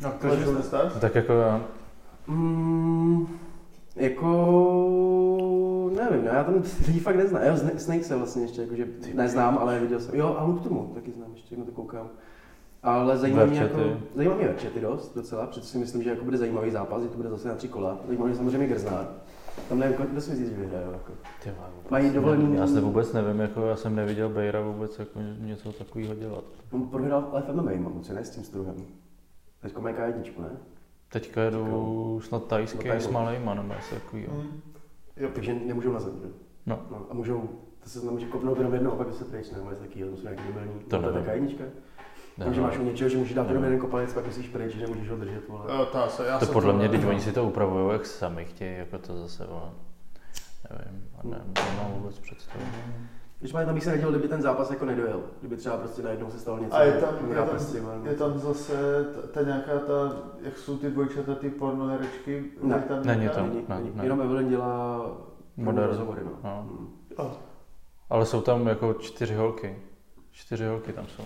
S1: No,
S2: Proč to nestáš?
S3: Tak jako já,
S1: Mm, jako... Nevím, no, já tam lidi fakt neznám. Jo, Sna- Snake se vlastně ještě jakože neznám, ale viděl jsem. Jo, a Loop tomu taky znám, ještě jak na to koukám. Ale zajímá mě, jako,
S3: Verčety.
S1: zajímá mě Verčety dost docela, protože si myslím, že jako bude zajímavý zápas, že to bude zase na tři kola. Zajímá mě samozřejmě Grznár. Tam nevím, kdo si myslí, že vyhraje. Jako.
S3: ty vole, vůbec
S1: Mají dovolený-
S3: nevím. Já se vůbec nevím, jako já jsem neviděl Bejra vůbec jako něco takového dělat.
S1: On prohrál ale v MMA, mám moc, ne s tím struhem. Teď mají jedničku, ne?
S3: Teďka jedu snad tajský
S1: No, tak
S3: s
S1: jo. No,
S3: malejma nebo něco takového.
S2: Mm. Jo.
S1: Takže nemůžou na zem, že?
S3: No.
S1: no. a můžou, to se znamená, že kopnou jenom jednou a pak se pryč, nebo něco takového, to jsou nějaký debilní.
S3: To
S1: To je
S3: nevím.
S1: taká jednička.
S3: Ne,
S1: Takže
S3: no.
S1: máš u něčeho, že můžeš dát jenom
S3: Nevím.
S1: jeden kopalec, pak musíš pryč, že nemůžeš ho držet, vole.
S2: Jo, Eh, ta se, já
S3: To
S2: jsem
S3: podle mě, když
S2: nevím.
S3: oni si to upravují, jak sami chtějí, jako to zase, vole. Nevím, a ne, nemám vůbec představu.
S1: Když máš, tam bych se nedělal, kdyby ten zápas jako nedojel. Kdyby třeba prostě najednou se stalo něco.
S2: A je tam-
S1: nebo
S2: je
S1: já
S2: tam-
S1: prostě, vole,
S2: Je tam zase ta, ta nějaká ta, jak jsou ty dvojčata, ty pornoherečky?
S1: Ne,
S2: je tam
S3: není
S2: nějaká?
S3: tam.
S1: není-
S3: ne,
S1: není.
S3: ne.
S1: Jenom Evelyn dělá
S3: Modern.
S1: Modern. rozhovory, no.
S3: No.
S1: Mm.
S3: Ale jsou tam jako čtyři holky. Čtyři holky tam jsou.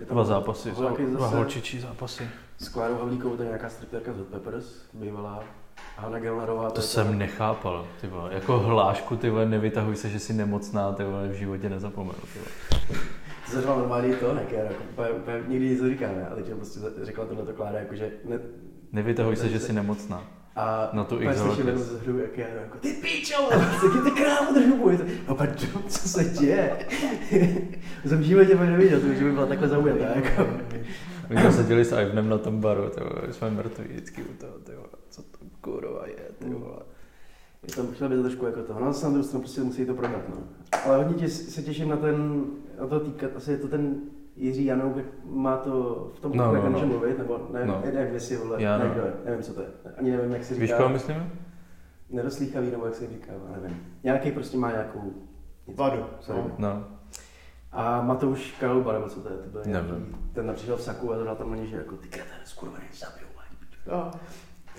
S1: Je tam
S3: Dva zápasy,
S1: holky
S3: dva
S1: zase-
S3: holčičí zápasy.
S1: S Klárou Havlíkovou, to je nějaká stripterka z Hot Peppers, bývalá. A Hanna Gelnerová.
S3: To jsem nechápal, ty vole. Jako hlášku, ty vole, nevytahuj se, že jsi nemocná, ty vole, v životě nezapomenu, ty vole.
S1: Zařval normální to, ne, Kéra, jako, úplně, úplně, nikdy nic neříká, ne? A teď prostě řekla tohle to Klára, jakože ne,
S3: Nevytahuj se, že jsi nemocná.
S1: a
S3: Na tu
S1: úplně
S3: X
S1: slyším
S3: velký.
S1: jenom z hru, jak já jako, ty píčo, co ti ty krávo držbu, je to, no pardon, co se děje? jsem v životě fakt neviděl, to, že by byla takhle zaujatá, jako.
S3: My jsme seděli s Ivnem na tom baru, ty vole, jsme mrtví vždycky u toho, ty vole, co to kurva je, ty vole.
S1: Je tam chtěl by to trošku jako toho, no zase na druhou stranu prostě musí to prodat, no. Ale hodně tě, se těším na ten, na to týkat, asi je to ten Jiří Janouk, jak má to v tom
S3: No,
S1: no, jak
S3: no,
S1: no,
S3: no.
S1: může mluvit, nebo ne,
S3: No.
S1: no. nevím, jestli vole,
S3: Já
S1: ne,
S3: no.
S1: kdo je, nevím, co to je, ani nevím, jak se
S3: Víš,
S1: říká,
S3: koho myslíme?
S1: nedoslýchavý, nebo jak se říká, nevím, nějaký prostě má nějakou
S2: Vadu.
S1: Sorry.
S2: No.
S3: No,
S1: A Matouš Kalouba, nebo co to je, to byl nějaký,
S3: Nevím.
S1: ten přišel v saku a zadal tam na ně, že jako ty kreten, skurvený, zabiju, vole.
S2: Jo.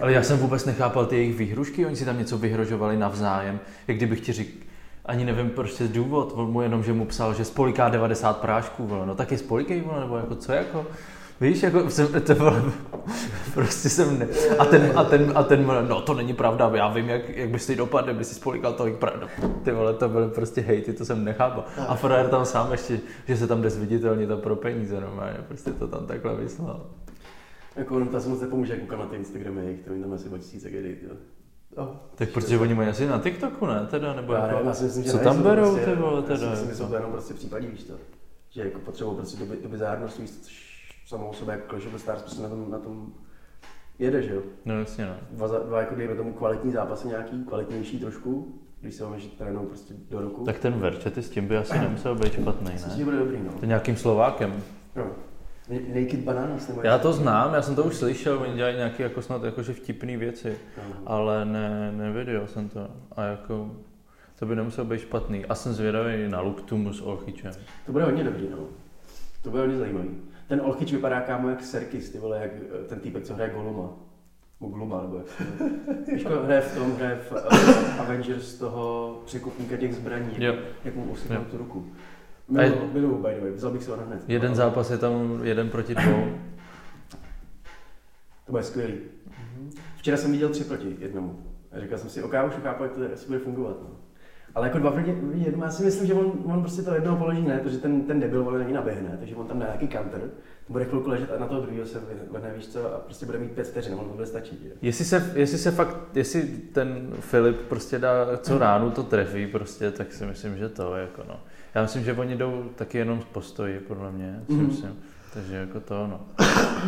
S3: ale já jsem vůbec nechápal ty jejich výhrušky, oni si tam něco vyhrožovali navzájem, jak kdybych ti řekl, ani nevím prostě důvod, on mu jenom, že mu psal, že spoliká 90 prášků, vole, no tak je spolikej, vole, nebo jako co, jako, Víš, jako jsem, to bylo, prostě jsem ne... A ten, a ten, a ten, no to není pravda, já vím, jak, jak bys ty dopadl, kdyby si spolikal tolik pravdu. Ty vole, to byly prostě hejty, to jsem nechápal. A frajer tam sám ještě, že se tam jde zviditelnit a pro peníze normálně, prostě to tam takhle vyslal.
S1: Jako on to asi moc nepomůže, jak koukám na ty Instagramy, jejich, to mi tam asi 2000 gedy, jo.
S2: Jo.
S3: Tak protože oni mají asi na TikToku, ne? Teda, nebo
S1: Já nevím,
S3: jako,
S1: já si myslím, že
S3: co
S1: nejsou
S3: tam
S1: to
S3: berou,
S1: prostě-
S3: ty vole,
S1: já si
S3: teda.
S1: myslím, že jsou
S3: jako.
S1: to jenom prostě případí, víš to. Že jako potřebují prostě doby, doby zárnosti, víš, což samou sebe jako Clash of the Stars prostě na tom, na tom jede, že jo.
S3: No jasně, no.
S1: Dva, za- dva jako dejme tomu kvalitní zápasy nějaký, kvalitnější trošku, když se máme, že trénou prostě do roku.
S3: Tak ten Verčety s tím by asi nemusel být špatný,
S1: Myslím, si, že
S3: ne?
S1: bude dobrý, no.
S3: To je nějakým Slovákem.
S1: no. Na- Naked Bananas, nebo
S3: Já
S1: jak-
S3: to znám, já jsem to už slyšel, oni dělají nějaké jako snad jakože vtipné věci.
S1: No.
S3: Ale ne, neviděl jsem to. A jako, to by nemuselo být špatný. A jsem zvědavý na Luktumu s Olchičem.
S1: To bude hodně dobrý, no. To bude hodně zajímavý. Ten Olchič vypadá kámo jak Serkis, ty vole, jak eh, ten týpek, co hraje Goluma. Nebo Gluma, nebo jak se to Víš, ko- hraje v tom, hraje v eh, Avengers toho překupníka těch zbraní,
S3: Jo.
S1: jak mu
S3: Jo.
S1: usypal tu ruku.
S3: A je-
S1: Milu, milu, by the way, vzal bych si ho hned.
S3: Jeden zápas je tam jeden proti dvou.
S1: To bude skvělý. Včera jsem viděl tři proti jednomu. A říkal jsem si, ok, já už chápu, jak to je- jestli bude fungovat. No. Ale jako dva proti proti jednomu, já si myslím, že on, on prostě to jednoho položí ne, protože ten, ten debil on není naběhne, takže on tam dá nějaký counter, to bude chvilku ležet a na toho druhého se vyhne, víš co, a prostě bude mít pět vteřin, on to bude stačit. Že?
S3: Jestli se, jestli se fakt, jestli ten Filip prostě dá, co ránu to trefí prostě, tak si myslím, že to jako no. Já myslím, že oni jdou taky jenom z postoji, jako podle mě, si
S1: Mhm.
S3: myslím. Takže jako to no.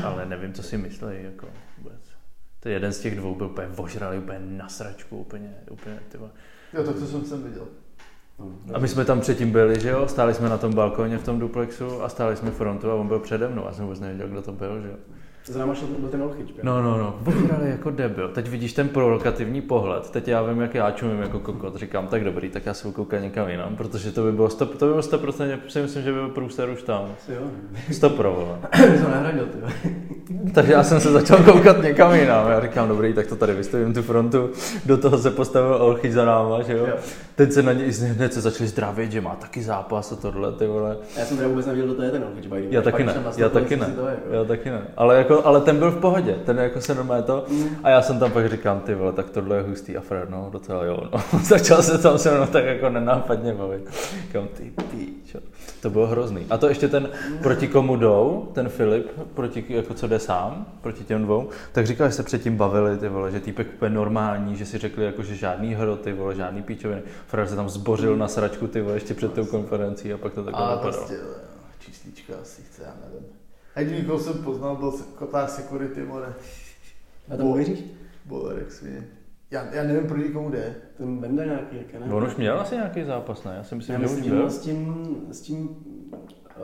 S3: Ale nevím, co si myslí, jako vůbec. To jeden z těch dvou byl úplně ožralý, úplně na sračku, úplně, úplně, ty vole.
S2: jo, tak to jsem sem viděl.
S1: No,
S3: A my jsme tam předtím byli, že jo? Stáli jsme na tom balkóně v tom duplexu a stáli jsme frontu a on byl přede mnou. Já jsem vůbec nevěděl, kdo to byl, že jo?
S1: Za náma šel byl ten Olchyč, jo?
S3: No, no, no. Božrali jako debil. Teď vidíš ten provokativní pohled. Teď já vím, jak já čumím jako kokot. Říkám, tak dobrý, tak já se koukám někam jinam, protože to by bylo 100, to by bylo 100%, si myslím, že by byl průser už tam.
S1: Asi jo.
S3: 100 pro, vole.
S1: Jsem to nahradil, ty. jo.
S3: Takže já jsem se začal koukat někam jinam. Já říkám, dobrý, tak to tady vystavím tu frontu. Do toho se postavil Olchy za náma, že jo.
S1: Jo.
S3: Teď se na něj hned se začali zdravit, že má taky zápas a tohle, ty vole.
S1: Já jsem teda vůbec nevěděl, kdo to je ten Olchyč, by the way.
S3: Já
S1: Pak,
S3: taky
S1: když
S3: ne,
S1: jsem
S3: já
S1: nastoupil,
S3: taky
S1: jsem
S3: ne,
S1: si to, jako-
S3: já taky ne. Ale, jako, ale ten byl v pohodě, ten jako se normálně to.
S1: Mm.
S3: A já jsem tam pak říkám, ty vole, tak tohle je hustý a Fred, no docela jo, no. Začal se tam se mnou tak jako nenápadně bavit. Říkám, ty píčo. To bylo hrozný. A to ještě ten, proti komu jdou, ten Filip, proti, jako co jde sám, proti těm dvou, tak říkal, že se předtím bavili, ty vole, že týpek úplně normální, že si řekli jako, že žádný hroty, vole, žádný píčoviny. Fred se tam zbořil na
S1: prostě-
S3: sračku, ty vole, ještě před tou konferencí a pak to takhle
S2: A
S3: napadlo.
S2: prostě, jo, číslička asi eh, chce, já nevím. Jediný, koho jsem poznal, byl se- kotár security, more.
S1: A tam uvěříš?
S2: Bolerek svině. Já, já nevím, pro nikomu jde.
S1: Ten Benda nějaký, jak ne?
S3: No, on už měl asi nějaký zápas, ne? Já si myslím,
S1: Já
S3: že už
S1: myslím, no,
S3: byl.
S1: s tím, s tím,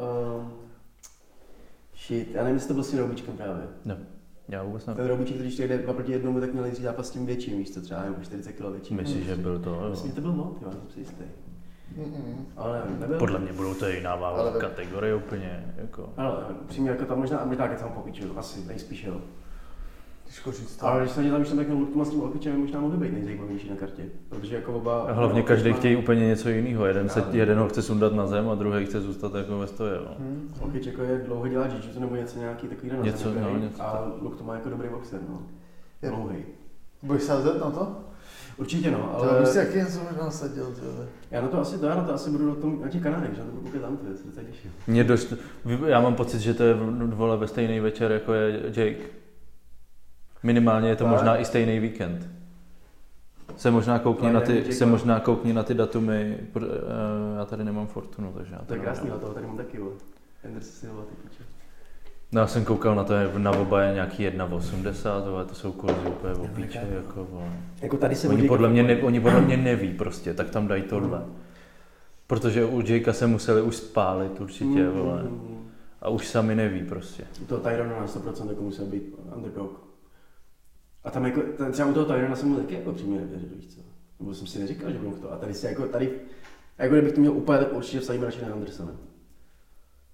S1: uh, shit, já nevím, jestli to byl s tím Robičkem právě.
S3: Já vůbec nevím.
S1: Ten Robiček, když jde dva proti jednomu, tak měl nejdřív zápas s tím větším, víš co, třeba nebo 40 kg větším.
S3: Myslím, že byl to,
S1: Myslím,
S3: jo.
S1: že to byl Mont, jo, jsem si jistý.
S2: Mm-mm.
S1: Ale nevím, nebyl.
S3: Podle mě budou to jiná
S2: Ale
S3: váha
S2: ve-
S3: kategorie úplně, jako.
S1: Ale přímě jako tam možná, možná kecám po píču, asi nejspíš jo.
S2: Těžko říct.
S1: Ale
S2: To.
S1: když jsem dělal, když jsem tak měl s tím Olkičem, možná mohli být nejzajímavější na kartě. Protože jako oba...
S3: Hlavně
S1: oba
S3: každý
S1: Olkič má-
S3: chtějí úplně něco jiného. Jeden, se,
S1: Já vím.
S3: jeden ho chce sundat na zem a druhý chce zůstat jako ve stoje. No.
S2: Hm.
S1: Olkič jako je dlouho dělá jiu nebo něco nějaký takový na
S3: Něco,
S1: zemi,
S3: no,
S1: který-
S3: něco
S1: A Luke to má jako dobrý boxer, no.
S2: Je-
S1: Dlouhý.
S2: Budeš sázet na to?
S1: Určitě no,
S2: Ale... To
S1: ale
S2: bych si jaký něco možná sadil, ty vole.
S1: já na to asi, to, já na to asi budu na, tom, na těch Kanadech, že na to budu koukat tam, to je se docela těším.
S3: Mě dost, vy- já mám pocit, že to je v- vole ve stejný večer, jako je Jake. Minimálně je to
S1: Tak.
S3: možná i stejný víkend. Se možná koukni
S1: Ale
S3: na
S1: ne,
S3: ty,
S1: Jake
S3: se
S1: má-
S3: možná koukni na ty datumy, pr- eh, já tady nemám fortunu, takže já
S1: To je
S3: nemám.
S1: krásný, ale toho tady mám taky, vole. Anderson Silva, ty piče.
S3: No já jsem koukal na to, je- na oba je nějaký 1,80, ale to jsou kurzy úplně o píče, jako vole.
S1: Jako tady se
S3: Oni podle, mě ne, oni podle mě neví prostě, tak tam dají tohle. Protože u Jakea se museli už spálit
S1: Mm-hmm.
S3: určitě, vole. A už sami neví prostě.
S1: Mm, U toho Tyrona na 100% jako musel být underdog. A tam jako, ten, třeba u toho Tyrona jsem mu taky jako přímě nevěřil, víš co? Nebo jsem si neříkal, že budu to. A tady si jako, tady, jako kdybych to měl úplně, tak určitě vsadím radši na Andersona.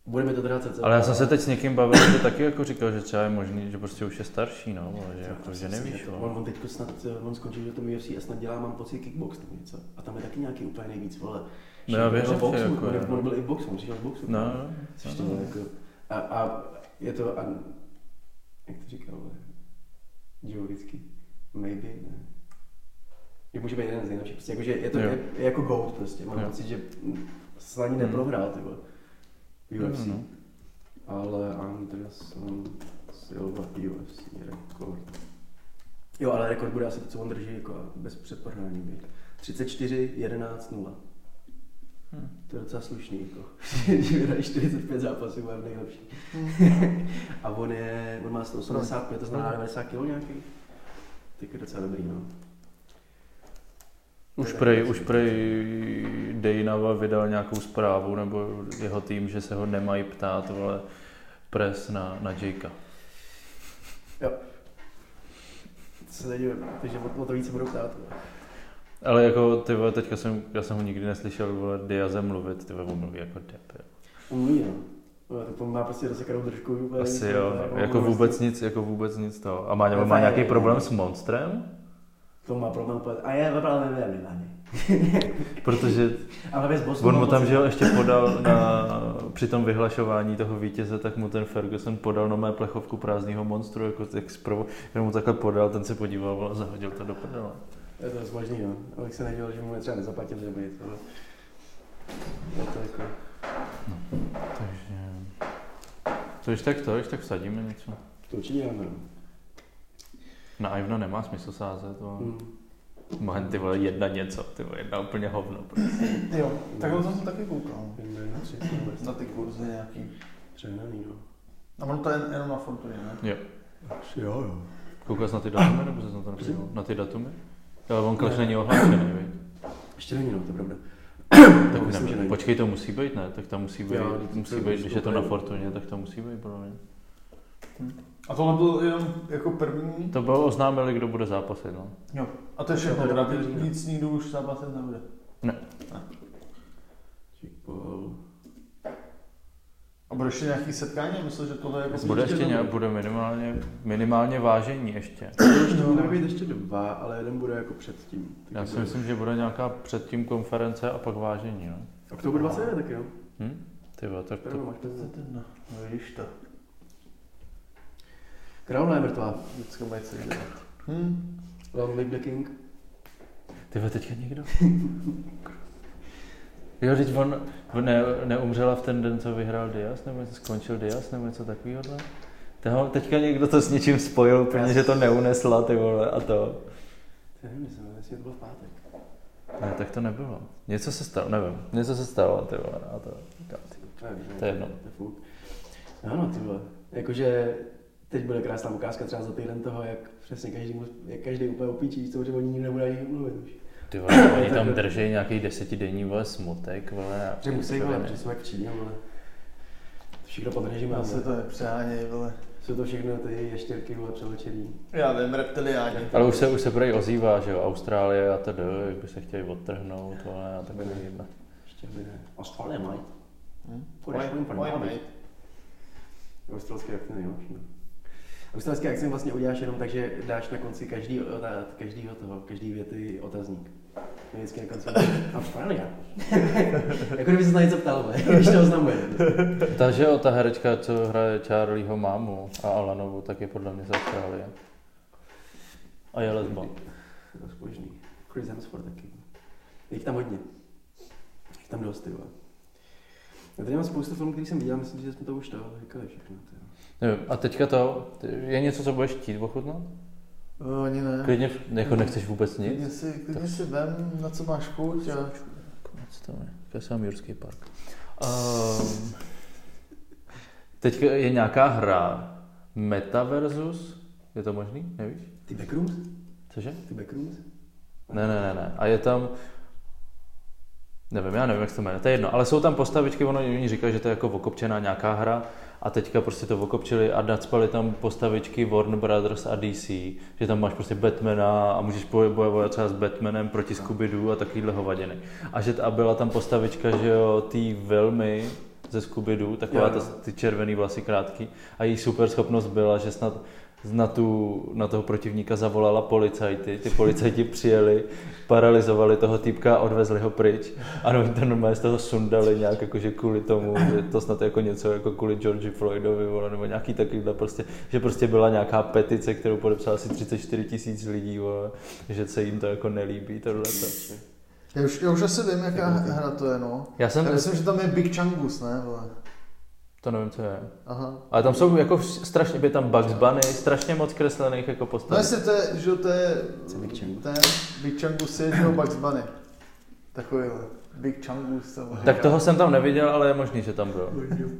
S1: Budeme to teda cca.
S3: Ale já jsem se teď s někým bavil, že taky jako říkal, že třeba je možný, že prostě už je starší, no, vole, že, jako, že nevíš,
S1: On,
S3: vole.
S1: on teďko snad, eh, on skončil, že to UFC a snad dělá, mám pocit, kickbox nebo něco. A tam je taky nějaký úplně nejvíc, vole.
S3: No,
S1: Že
S3: já
S1: on
S3: věřím,
S1: byl
S3: že
S1: boxu,
S3: jako
S1: on,
S3: jo.
S1: on byl i v boxu, on přišel z boxu.
S3: No,
S1: Což to
S3: no,
S1: bylo jako... A, a je to... A, jak to říkal? vole? Joe vždycky. Maybe, ne. Že může být jeden z nejlepších. Prostě jako, že je to
S3: Jo.
S1: je, je jako goat prostě. Mám
S3: Jo.
S1: pocit, že mm, snad ani
S3: Mm.
S1: neprohrál, ty vole.
S3: no,
S1: UFC.
S3: no.
S1: Ale Anderson Silva UFC rekord. Jo, ale rekord bude asi to, co on drží, jako bez předporhání být. 34, 11, 0.
S3: Hm.
S1: To je docela slušný, jako. Když vyhraje 45 zápasů, bude nejlepší. a on je, on má 185, to znamená 90 kg nějaký. Tak je docela dobrý, no.
S3: Už prej, už prej Dejnava vydal nějakou zprávu, nebo jeho tým, že se ho nemají ptát, vole, pres na, na Jakea.
S1: To se nedivím, takže o, o to víc se budou ptát. no.
S3: Ale jako, ty vole, teďka jsem, já jsem ho nikdy neslyšel, vole, Diaze mluvit, ty vole, on mluví jako dep, jo.
S1: On mluví, no. no. tak on má prostě rozsekerou držku. úplně
S3: Asi
S1: nic,
S3: jo,
S1: ale
S3: no.
S1: on
S3: jako
S1: má
S3: vůbec
S1: prostě-
S3: nic, jako vůbec nic to. A má,
S1: Ale
S3: má
S1: fajn,
S3: nějaký
S1: jo.
S3: problém s monstrem?
S1: To má problém úplně. A je, ale ne, ne, ne, ne.
S3: Protože
S1: Ale bez Bosnu. prostě
S3: On mu tam, že jo, ještě podal na, při tom vyhlašování toho vítěze, tak mu ten Ferguson podal na mé plechovku prázdného monstru, jako jak zprovo, jenom mu takhle podal, ten se podíval vole, a zahodil to do prdele.
S1: Je to zmožný, no. Abych se nedělal, že mu je třeba nezaplatil nebo něco, ale... Je to jako...
S3: Takže... To ještě tak to, ještě tak vsadíme něco.
S1: To určitě no. ano.
S3: Na Ivna nemá smysl sázet, ale...
S1: Hmm.
S3: Má ty vole jedna něco, ty vole, jedna úplně hovno.
S2: Jo, tak na to jsem taky koukal.
S1: Jedna, tři, to vůbec.
S2: Na ty kurzy nějaký.
S1: Přehnaný, no.
S2: A ono to je jenom na fortuně, ne?
S1: Jo, jo.
S3: Koukal jsi na ty datumy, nebo jsi na to nepodíval? Na ty datumy? Ale on
S1: Ne.
S3: kleš není ohlášený, viď?
S1: Ještě není, no, to je pravda.
S3: Tak
S1: myslím, že
S3: ne,
S1: není.
S3: počkej, to musí být, ne? Tak tam musí být,
S1: Jo, vždyť
S3: musí
S1: to-
S3: být, když je to na
S1: to-
S3: Fortuně, tak tam musí být, podle mě.
S2: A tohle byl jenom jako první.
S3: To bylo oznámili, kdo bude zápasit, no.
S2: A to je všechno,
S1: To je
S2: teda
S1: první,
S2: víc-
S1: no.
S2: víc nikdo už zápasit nebude.
S1: Čekpol.
S2: A bude ještě nějaký setkání? Myslím, že tohle je jako...
S1: Myslím,
S3: Bude
S1: že to
S3: ještě
S1: je
S3: nějak,
S1: dobrý.
S3: bude minimálně, minimálně vážení ještě.
S1: Ještě budeme být ještě dva, ale jeden bude jako předtím.
S3: Já si myslím, že bude nějaká předtím konference a pak vážení, no.
S1: Oktober 20 taky, jo.
S3: Hm? Ty vole, tak to...
S1: První máš to.
S2: No, no vidíš to.
S1: Královna je mrtvá.
S2: Vždycky mají co dělat. Hm?
S1: Long live the king.
S3: Ty vole, teďka někdo? Jo, teď on, on ne, neumřela v ten den, co vyhrál Diaz, nebo něco skončil Diaz, nebo něco takového. Toho, teďka někdo to s něčím spojil, úplně, že to neunesla, ty vole, a to.
S1: Já nevím, jestli- jestli to bylo v pátek.
S3: Ne, tak to nebylo. Něco se stalo, nevím, něco se stalo, ty vole, no, a to.
S1: Nevím, no.
S3: To je jedno.
S1: fuk. Ano, ty vole. Jakože teď bude krásná ukázka třeba za týden toho, jak přesně každý, mu- jak každý úplně opíčí, co že oni nikdy nebude ani mluvit už.
S5: Ty vole, oni tam drží nějaký desetidenní vole smutek, vole. a-
S1: Že musí, vole, protože jsou jak v Číně, vole. Všechno pod režimem,
S2: Zase to
S1: vole.
S2: je přeháněj, vole.
S1: Jsou to všechno ty ještěrky, vole, převlečený.
S2: Já vím, reptiliáni.
S3: Ale už se, už se prej ozývá, že jo, Austrálie a tedy, jak by se chtěli odtrhnout, vole, a takovýhle.
S1: Ještě by ne. Australie, mate.
S2: Hm?
S1: Půjdeš
S2: Why-
S1: ven pro
S2: why
S1: námi.
S2: not?
S1: Australské akce nemáš, no. Australské akce vlastně uděláš jenom tak, že dáš na konci každý, eh, na, každýho toho, každý věty otazník. Vždycky na konci. Australia. jako kdyby se na něco ptal, vole, když to oznamuje.
S3: Takže jo, ta herečka, co hraje Charlieho mámu a Alanovu, tak je podle mě z Austrálie. A je lesba.
S1: To je spožný. Chris Hemsworth taky. Je Jich tam hodně. Je Jich tam dost, ty vole. Já tady mám spoustu filmů, který jsem viděl, myslím, že jsme to už to říkali všechno. Ty. jo.
S3: Nevím, a teďka to, ty- je něco, co budeš chtít ochutnat?
S2: Eh, Ani ne.
S3: Klidně, jako nechceš vůbec nic?
S2: Klidně si, klidně si vem, na co máš chuť a...
S3: Konec to je. Kasám Jurský park. Um, teď je nějaká hra Meta versus, je to možný? Nevíš?
S1: Ty backrooms?
S3: Cože?
S1: Ty backrooms?
S3: Ne, ne, ne, ne. A je tam, nevím, já nevím, jak se to jmenuje, to je jedno, ale jsou tam postavičky, ono oni říkají, že to je jako okopčená nějaká hra a teďka prostě to okopčili a nadspali tam postavičky Warner Brothers a DC, že tam máš prostě Batmana a můžeš boje- bojovat třeba s Batmanem proti scooby a takovýhle hovadiny. A, že, t- a byla tam postavička, že jo, ty Velmy ze scooby taková
S1: Jo,
S3: ta,
S1: jo.
S3: ty červený vlasy krátký a její super schopnost byla, že snad na, tu, na toho protivníka zavolala policajty, ty policajti přijeli, paralizovali toho týpka a odvezli ho pryč. Ano, ten normálně z toho sundali nějak jakože kvůli tomu, že to snad jako něco jako kvůli George Floydovi, vole, nebo nějaký takovýhle prostě, že prostě byla nějaká petice, kterou podepsala asi 34 tisíc lidí, vole, že se jim to jako nelíbí, tohle.
S2: Já už, já už asi vím, jaká
S1: Jako
S2: hra to je, no.
S3: Já jsem,
S2: Já myslím, že tam je Big Changus, ne, vole?
S3: to nevím, co je.
S2: Aha. No,
S3: Ale tam jsou jako strašně, je tam Bugs Bunny, strašně moc kreslených jako postav.
S2: No jestli to je, že to je...
S1: Co je Big Changus?
S2: Ten Big Changus je, že jo, Bugs Bunny. Takovýhle. Big Changus, to vole.
S3: Tak toho jsem tam neviděl, ale je možný, že tam byl.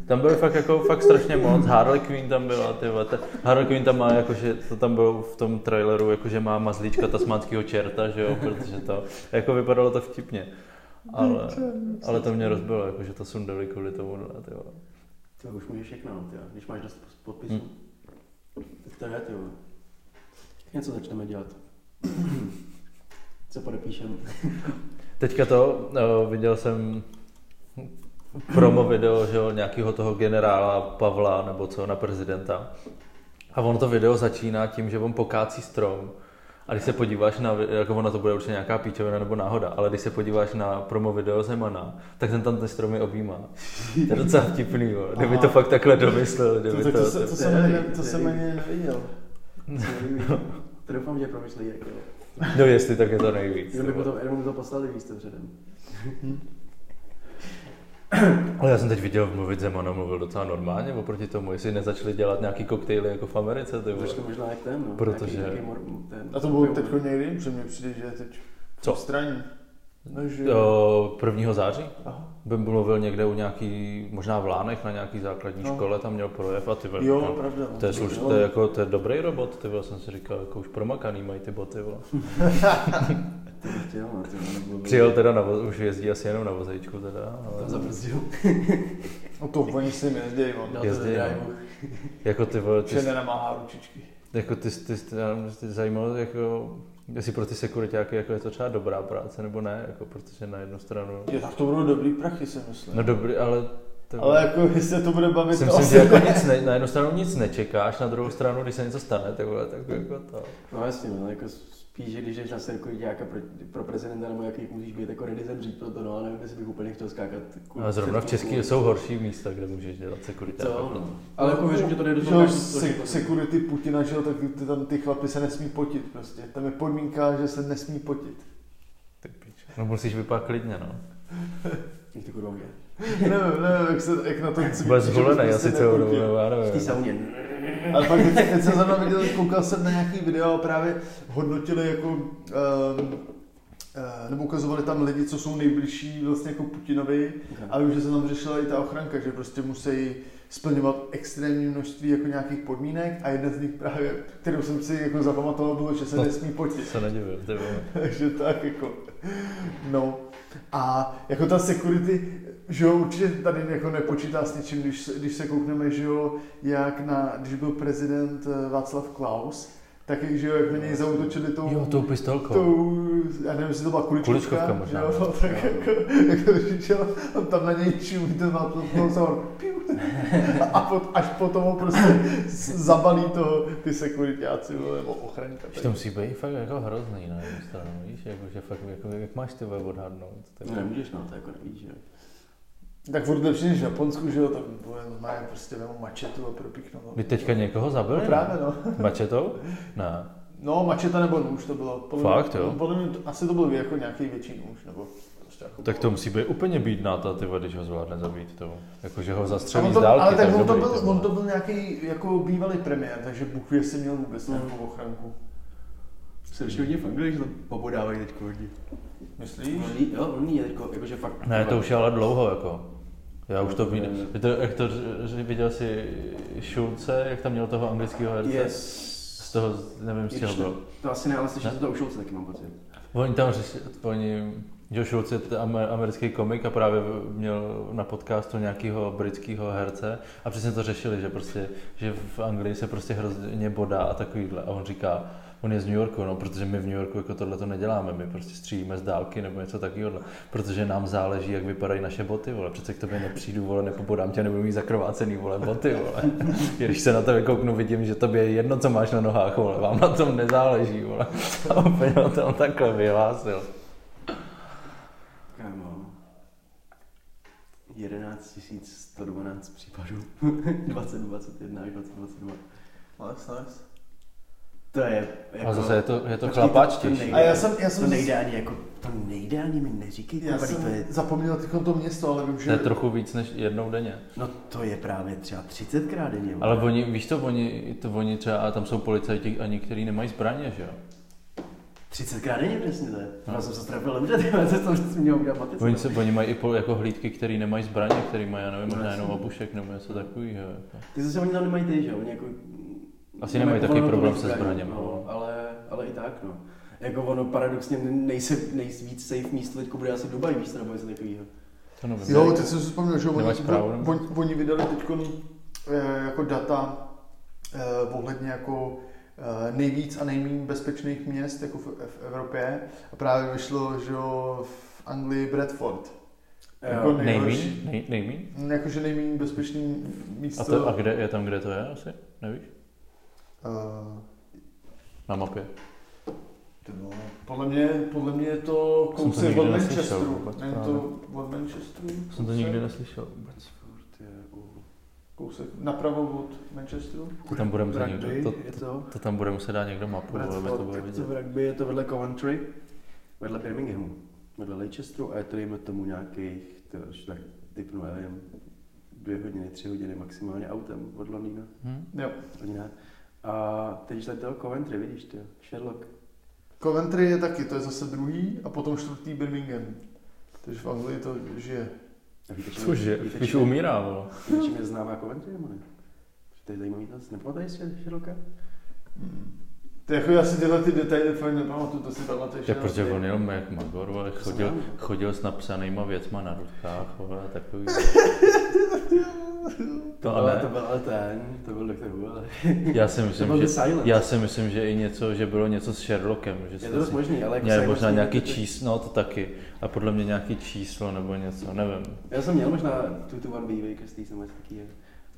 S3: Tam byl fakt jako fakt strašně moc. Harley Quinn tam byla, ty vole. Ta- Harley Quinn tam má jakože, to tam bylo v tom traileru, jakože má mazlíčka tasmánského čerta, že jo, protože to, jako vypadalo to vtipně. Ale, ale to mě rozbilo, jakože to sundali kvůli tomu, ty vole.
S1: To už můžeš všechno, no, ty, jo, když máš dost podpisů.
S3: Hmm.
S1: Tak to je, ty jo. Něco začneme dělat. Co podepíšem?
S3: Teďka to, eh, viděl jsem promo
S2: Hmm.
S3: video, že jo, nějakého toho generála Pavla nebo co na prezidenta. A ono to video začíná tím, že on pokácí strom. A když se podíváš na, vi- jako ono to bude určitě nějaká píčovina nebo náhoda, ale když se podíváš na promo video Zemana, tak ten tam ty stromy objímá. To je docela vtipný, jo. kdyby to
S2: Aha.
S3: fakt takhle domyslel,
S2: To,
S3: kdyby
S2: to,
S3: to...
S2: to, to, to, jsem ani,
S1: to-
S2: to jsem ani neviděl.
S1: to doufám, že promyslí, jak jo.
S3: No jestli, tak je to nejvíc.
S1: Jenom by potom, jenom by to poslali víc to předem.
S3: Ale já jsem teď viděl mluvit Zemana, mluvil docela normálně oproti tomu, jestli nezačali dělat nějaký koktejly jako v Americe, ty vole.
S1: Začnu možná jak ten, no.
S3: Protože-
S1: Nějaký, nějaký mor, ten,
S2: A to bylo teď někdy, protože mně přijde, že je teď
S3: Co?
S2: straní. No, že...
S3: Do 1. Eh, září.
S2: Aha.
S3: Bym mluvil někde u nějaký, možná v Lánech na nějaký základní
S2: No.
S3: škole, tam měl projev a ty vole,
S2: Jo,
S3: říkám,
S2: pravda.
S3: no.
S2: no.
S3: to je, sluš, to je, jako, to je dobrý robot, ty vole, jsem si říkal, jako už promakaný mají ty boty, vole.
S1: Chtěl, no, ty, jo, nebo-
S3: Přijel teda, na, vo- už jezdí asi jenom na vozejčku teda,
S1: Tam
S3: ale
S1: zabrzdil.
S2: No to oni si nezdějí, on.
S1: Dal to
S3: Jezdí,
S1: do drive.
S3: jako ty vole, ty,
S2: Že nenamáhá ručičky.
S3: jako ty, ty, ty, já nevím, ty zajímalo, jako, jestli pro ty sekuritáky jako je to třeba dobrá práce, nebo ne, jako, protože na jednu stranu,
S2: Je, tak to budou dobrý prachy, si myslím.
S3: no dobrý, ale ty vole.
S2: Ale jako, jestli se to bude bavit,
S3: si
S2: to
S3: myslím,
S2: asi
S3: že jako
S2: ne.
S3: nic ne, na jednu stranu nic nečekáš, na druhou stranu, když se něco stane, tak, vole, tak jako to.
S1: No jasně, no, jako spíš, že když jdeš na serku nějaká pro, pro, prezidenta nebo jaký musíš být jako ready zemřít pro to, no, ale nevím, jestli bych úplně chtěl skákat. ku-
S3: A zrovna v
S1: před-
S3: Česku jsou horší místa, kde můžeš dělat sekuritáka.
S1: Co? No. Ale jako věřím, že to jde do
S2: Že
S1: toho.
S2: už se, security Putina, že jo, tak ty, tam ty chlapy se nesmí potit prostě. Tam je podmínka, že se nesmí potit.
S3: No musíš vypadat klidně, no.
S1: Jak to kurva je?
S2: nevím, nevím, jak, se, jak na to chci
S3: Bude
S2: že
S3: zvolený
S2: prostě
S3: asi celou dobu,
S2: nepotí.
S3: nebo já
S1: V té
S3: nevím.
S1: sauně.
S2: Ale pak, teď, teď jsem zrovna viděl, koukal jsem na nějaký video a právě hodnotili jako um, eh, nebo ukazovali tam lidi, co jsou nejbližší vlastně jako Putinovi
S1: Okay.
S2: a vím, že se tam řešila i ta ochranka, že prostě musí splňovat extrémní množství jako nějakých podmínek a jedna z nich právě, kterou jsem si jako zapamatoval, bylo, že se
S6: No.
S2: nesmí potit.
S6: se nedivil, ty vole.
S2: Takže tak jako, no. A jako ta security, že jo, určitě tady jako nepočítá s ničím, když, se- když se koukneme, že jo, jak na, když byl prezident eh, Václav Klaus, tak jak, že jo, jak na něj zautočili tou,
S3: Jo, tou pistolkou.
S2: tou, já nevím, jestli to byla kuličkovka,
S3: Kuličkovka možná,
S2: že jo,
S3: no.
S2: no, tak jako, jak to řečila, tam na něj čumí ten Václav Klaus a on, piu, a pot, až potom ho prostě s- zabalí toho ty sekuritáci, vole, nebo ochranka.
S3: Že to musí být fakt jako hrozný na jednu stranu, víš, jako, že fakt, jako, jak máš ty vole odhadnout? Ty
S1: No,
S3: vole?
S1: nemůžeš, no, to jako nevíš, že jo.
S2: Tak furt lepší než v Japonsku, že jo, tam vole, normálně prostě vemu mačetu a propíchnu.
S3: By teďka někoho
S2: No
S3: zabili? ne?
S2: právě no.
S3: Mačetou? Ne.
S2: No, mačeta nebo nůž to bylo.
S3: Fakt, jo?
S2: Podle mě to, asi to byl jako nějaký větší nůž, nebo prostě jako
S3: Tak to musí být úplně bídná ta, ty vole, když ho zvládne zabít, to. Jako, že ho
S2: A
S3: zastřelí
S2: on
S3: z
S2: to,
S3: dálky,
S2: ale tak on to,
S3: dobrý,
S2: byl,
S3: ty
S2: on
S3: vole.
S2: to byl nějaký jako bývalý premiér, takže Bůh ví, jestli měl vůbec nějakou ochranku.
S1: Se ještě hodně v Anglii, že to pobodávají teď hodně.
S2: Myslíš?
S1: Jo, on je jako, jakože fakt.
S3: Ne, to už je ale dlouho, jako. Já už to
S1: Ne, ne.
S3: viděl. Ty to, jak to ř- ř- viděl si Šulce, jak tam měl toho anglického herce? Z
S1: Yes.
S3: toho, nevím, z čeho
S1: Ještě.
S3: byl.
S1: To asi ne, ale slyšel
S3: Ne?
S1: jsem to u Šulce taky mám pocit.
S3: Oni tam řešili, oni, Joe Schultz je t- amer- americký komik a právě měl na podcastu nějakého britského herce a přesně to řešili, že prostě, že v Anglii se prostě hrozně bodá a takovýhle. A on říká, on je z New Yorku, no, protože my v New Yorku jako tohle to neděláme, my prostě střílíme z dálky nebo něco takového, protože nám záleží, jak vypadají naše boty, vole, přece k tobě nepřijdu, vole, nepobodám tě, nebudu mít zakrvácený, vole, boty, vole. Když se na tebe kouknu, vidím, že tobě je jedno, co máš na nohách, vole, vám na tom nezáleží, vole. A úplně ho tam takhle vyhlásil.
S1: Kámo. 11 112 případů. 2021 až 2022.
S2: Nice, nice.
S1: To je jako...
S3: A zase je to, je to
S1: Počkej, to
S3: chlapáčtější.
S1: nejde.
S2: A já jsem, já
S1: To
S2: jsem,
S1: nejde ani jako... To nejde ani mi neříkej,
S2: já
S1: kurva,
S2: jsem
S1: to je...
S2: zapomněl teďkon to město, ale vím, že...
S3: To je trochu víc než jednou denně.
S1: No to je právě třeba 30 krát denně. vole.
S3: Ale oni, víš to, oni, to oni třeba, a tam jsou policajti a některý nemají zbraně, že jo?
S1: 30 krát denně přesně to je. Já jsem se strefil dobře, ty vole, to jsem měl udělat matice.
S3: No. Oni, se, oni mají i pol, jako hlídky, který nemají zbraně, který mají, já nevím,
S1: No,
S3: možná
S1: jasně.
S3: jenom obušek nebo něco takového. Jako.
S1: Ty zase oni tam nemají ty, že jo? Oni jako...
S3: Asi nemají takový
S1: povolenou
S3: problém
S1: tolik
S3: se
S1: zbraní,
S3: zbraněma,
S1: No,
S3: no.
S1: ale, ale i tak, no. Jako ono paradoxně nejse, nejvíc safe místo teď bude asi Dubaj, víš, co, nebo něco takového.
S3: To nevím.
S2: Jo, teď jsem si vzpomněl, že oni,
S3: Nemáš právo, nebo-
S2: oni, oni vydali teď jako data eh, ohledně jako eh, nejvíc a nejméně bezpečných měst jako v, v Evropě a právě vyšlo, že jo, v Anglii Bradford. Jako
S1: Jo.
S3: Nejmín? Nej, nejmín?
S2: Mm, Jakože nejméně bezpečný místo.
S3: A, to, a kde je tam, kde to je asi? Nevíš?
S2: Eh,
S3: Na mapě.
S2: ty vole, podle mě, podle mě je to
S3: Jsem to
S2: kousek
S3: nikdy
S2: od
S3: neslyšel
S2: Manchesteru.
S3: vůbec,
S2: Není
S3: právě.
S2: to od Manchesteru?
S3: Jsem to
S2: Kousek-
S3: nikdy neslyšel vůbec.
S1: Furt je u-
S2: Kousek napravo od Manchesteru?
S3: To tam budeme za
S1: Rugby
S3: někdo. To,
S1: je to.
S3: to tam bude muset dát někdo mapu, vole, aby to bylo
S1: Bradford, to
S3: vidět.
S1: v rugby je to vedle Coventry, vedle Birminghamu, vedle Leicesteru a je to dejme tomu nějakých, to už tak typnu, já nevím, dvě hodiny, tři hodiny maximálně autem od Londýna,
S3: Hm?
S2: Jo.
S1: hodina. A teď když tady toho Coventry, vidíš ty, Sherlock.
S2: Coventry je taky, to je zase druhý a potom čtvrtý Birmingham. Takže v Anglii to žije.
S1: A víte, čím-
S3: Cože,
S1: víte,
S3: když
S1: čím-
S3: umírá, vole.
S1: Víte, čím je známá Coventry, nebo ne? Že To je zajímavý, to nepamatuješ si Sherlocka?
S2: Hmm. To jako já si tyhle ty detaily fakt nepamatuju, to si pamatuješ.
S3: Je
S2: jenom
S3: prostě
S2: ty.
S3: on jenom jak Magor, vole, chodil,
S1: Znám.
S3: chodil s napsanýma věcma na rutkách, vole, a takový.
S1: To,
S3: To
S1: byl,
S3: ne.
S1: to byl ale ten, to byl Doctor Who, ale
S3: Já si
S1: to
S3: myslím,
S1: byl
S3: že,
S1: The Silence.
S3: já si myslím, že i něco, že bylo něco s Sherlockem, že
S1: je
S3: jste
S1: to dost
S3: si
S1: možný, ale jako
S3: měli
S1: Simon
S3: možná
S1: Smith-
S3: nějaký číslo, no to taky, a podle mě nějaký číslo nebo něco, nevím.
S1: Já jsem měl možná tu tu One Bee Baker, z jsem taky je.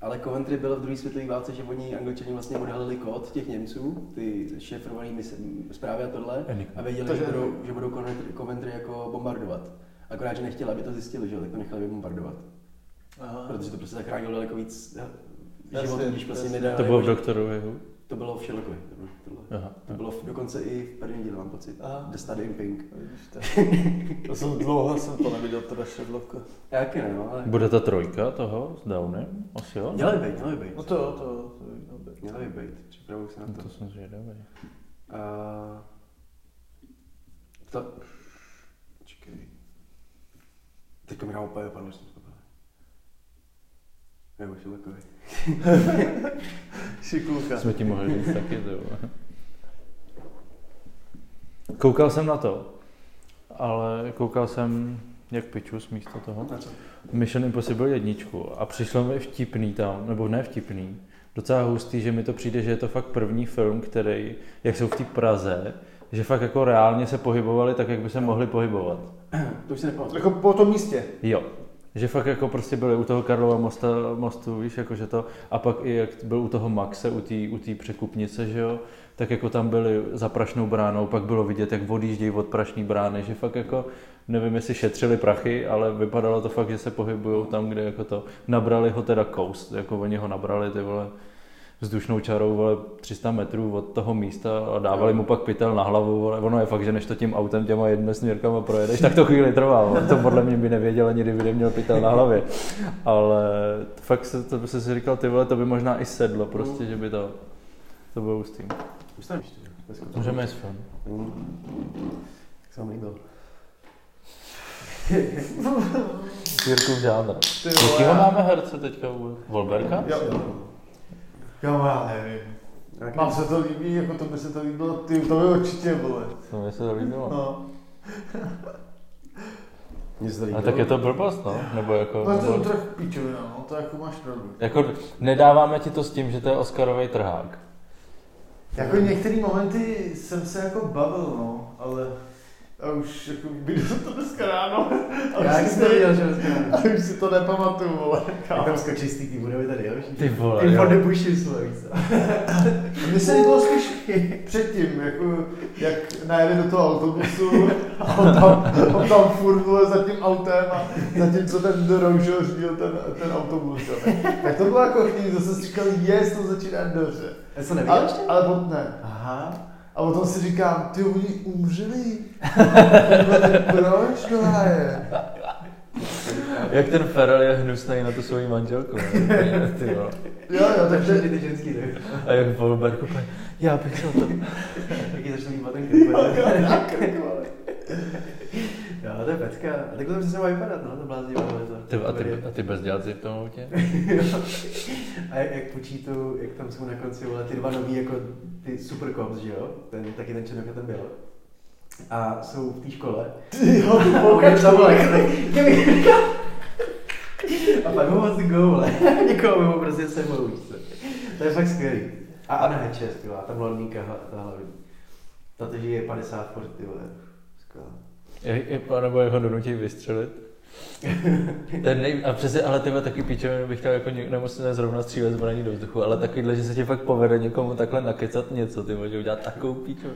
S1: Ale Coventry byl v druhé světové válce, že oni angličani vlastně odhalili kód těch Němců, ty šifrované mise- zprávy a tohle, a věděli,
S2: Takže-
S1: že budou, že budou Coventry, Coventry jako bombardovat. Akorát, že nechtěli, aby to zjistili, že jo, tak to nechali vybombardovat.
S2: Aha.
S1: Protože to prostě zachránilo daleko víc
S2: Jasně,
S1: životů, když prostě
S2: jasně.
S1: nedá.
S3: To bylo v Doktorovi Who?
S1: to bylo v Sherlockovi, to bylo, tohle.
S3: Aha.
S1: To bylo v, dokonce i v prvním díle, mám pocit.
S2: Aha.
S1: The Study in Pink.
S2: Vidíš to. To jsem dlouho jsem to neviděl, teda Sherlocka.
S1: Já taky ne, no, ale...
S3: Bude ta trojka toho s Downem? Asi jo?
S1: Měla by být, měla by být.
S2: No to jo, to jo. To jo. dobré.
S1: Měla by být, připravuju se na
S3: No
S1: to.
S3: to jsem zvědavý.
S1: A... To... teďka mi dá úplně padlo, jsem to byl. Nebo jsem takový.
S2: Šikulka.
S3: Jsme ti mohli říct taky, to jo. Koukal jsem na to, ale koukal jsem jak pičus místo toho.
S1: Na co?
S3: Mission Impossible jedničku a přišlo mi vtipný tam, nebo ne vtipný, docela hustý, že mi to přijde, že je to fakt první film, který, jak jsou v té Praze, že fakt jako reálně se pohybovali tak, jak by se mohli pohybovat.
S1: To už se nepamatuju.
S2: Jako po tom místě.
S3: Jo. Že fakt jako prostě byli u toho Karlova mosta, mostu, víš, jako že to, a pak i jak byl u toho Maxe, u té u tý překupnice, že jo, tak jako tam byli za Prašnou bránou, pak bylo vidět, jak odjíždějí od Prašní brány, že fakt jako, nevím, jestli šetřili prachy, ale vypadalo to fakt, že se pohybují tam, kde jako to, nabrali ho teda koust, jako oni ho nabrali, ty vole, vzdušnou čarou, vole, 300 metrů od toho místa a dávali mu pak pytel na hlavu, vole. ono je fakt, že než to tím autem těma jednosměrkama projedeš, tak to chvíli trvá, vole. to podle mě by nevěděl ani, kdyby neměl pytel na hlavě, ale fakt se, to by se si říkal, ty vole, to by možná i sedlo prostě, že by to, to bylo hustý.
S1: Už tam ještě. dneska to-
S3: Můžeme jít s film.
S1: Mm. Tak jsem líbil.
S3: Jirku v žádra.
S2: Ty
S3: Jakýho máme herce teďka vůbec? Volberka?
S2: Jo, jo. Jo, já nevím. Mám se to líbí, jako to by se to líbilo, ty, to by určitě bylo.
S3: To mě se to líbilo.
S2: No.
S1: Mně se to
S3: A
S1: líbilo.
S3: tak je to blbost, no? Nebo jako...
S2: Ale to je
S3: Nebo...
S2: trochu píčovina, no, to jako máš pravdu.
S3: Jako nedáváme ti to s tím, že to je Oscarový trhák.
S2: Jako některé momenty jsem se jako bavil, no, ale a už jako viděl to dneska ráno. A
S1: Já
S2: už
S1: jsem
S2: si
S1: to
S2: to,
S1: viděl, že Jako
S2: a už si to nepamatuju, vole.
S1: Jak
S2: kámo.
S1: tam skočí z té tý budovy tady, jo?
S3: Ty vole,
S1: Ty
S3: jo.
S1: vody buši jsou, víš co?
S2: Mně se líbilo spíš předtím, jako jak najeli do toho autobusu a on tam, on tam furt vole za tím autem a zatímco ten roužil řídil ten, ten autobus. Jo. Tak to bylo jako chvíli, zase si říkal, jest, to začíná dobře.
S1: Já jsem neviděl
S2: Ale,
S1: ještě?
S2: ale pot ne.
S1: Aha.
S2: A potom si říkám, ty oni umřeli. Proč to je?
S3: Jak ten Ferrell je hnusný na tu svoji manželku. ne? Ty vole.
S2: Jo, jo,
S1: To je
S2: takže
S1: všechny ty ženský, tak.
S3: A jak Volberg úplně, já bych chtěl to.
S1: Taky začne líbat ten klip. Jo, to je pecka. A takhle to přesně má vypadat, no, to bláznivá to.
S3: Ty, a, ty, a ty bezdělci v tom autě?
S1: A jak, jak půjčí tu, jak tam jsou na konci, vole, ty dva nový, jako ty super cops, že jo? Ten, taky ten Černok a ten byl. A jsou v té škole.
S2: ty jo, ty
S1: A oni
S2: pokračuj.
S1: tam, vole, kdyby- A pak ho moc go, vole. Někoho mimo prostě se mou, víš co. To je fakt skvělý. A Anna Hedges, ty vole, ta mladníka, ta hlavní. Ta to, že je 50 furt, ty vole. Skvělá.
S3: Je- je- Nebo jak ho donutí vystřelit? Ten nej, a přesně, ale tyhle taky píčově bych chtěl jako něk- nemocné zrovna střílet zbraní do vzduchu, ale takovýhle, že se ti fakt povede někomu takhle nakecat něco, ty může udělat takovou píču.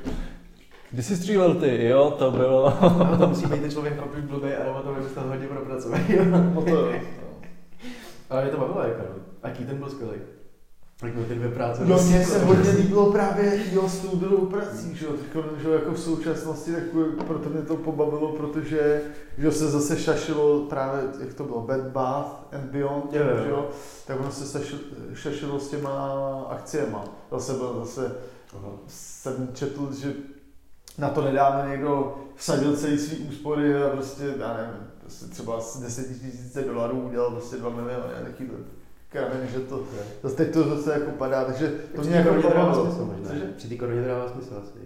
S3: Kdy jsi střílel ty? Jo, to bylo.
S1: No, to musí být ten člověk fakt blbý, ale to by se to hodně propracovat.
S2: No to jo.
S1: ale mě to bavilo, jako. no. A Keaton byl skvělý. Tak měl ty dvě práce.
S2: No mně se hodně líbilo právě jo, s tou druhou prací, že jo, Teďko, že jo, jako v současnosti, tak proto mě to pobavilo, protože že jo, se zase šašilo právě, jak to bylo, Bad Bath and Beyond,
S1: Jo, jo.
S2: že jo, tak ono se saš- šašilo s těma akciema. Zase byl, zase
S1: Aha.
S2: jsem četl, že na to nedávno někdo vsadil celý svý úspory a prostě, já nevím, prostě třeba z 10 tisíce dolarů udělal prostě 2 miliony a takovýhle kraven, že to Zase teď to zase jako padá, takže to mě jako pobavilo. Cože?
S1: Při té koroně to dává smysl asi.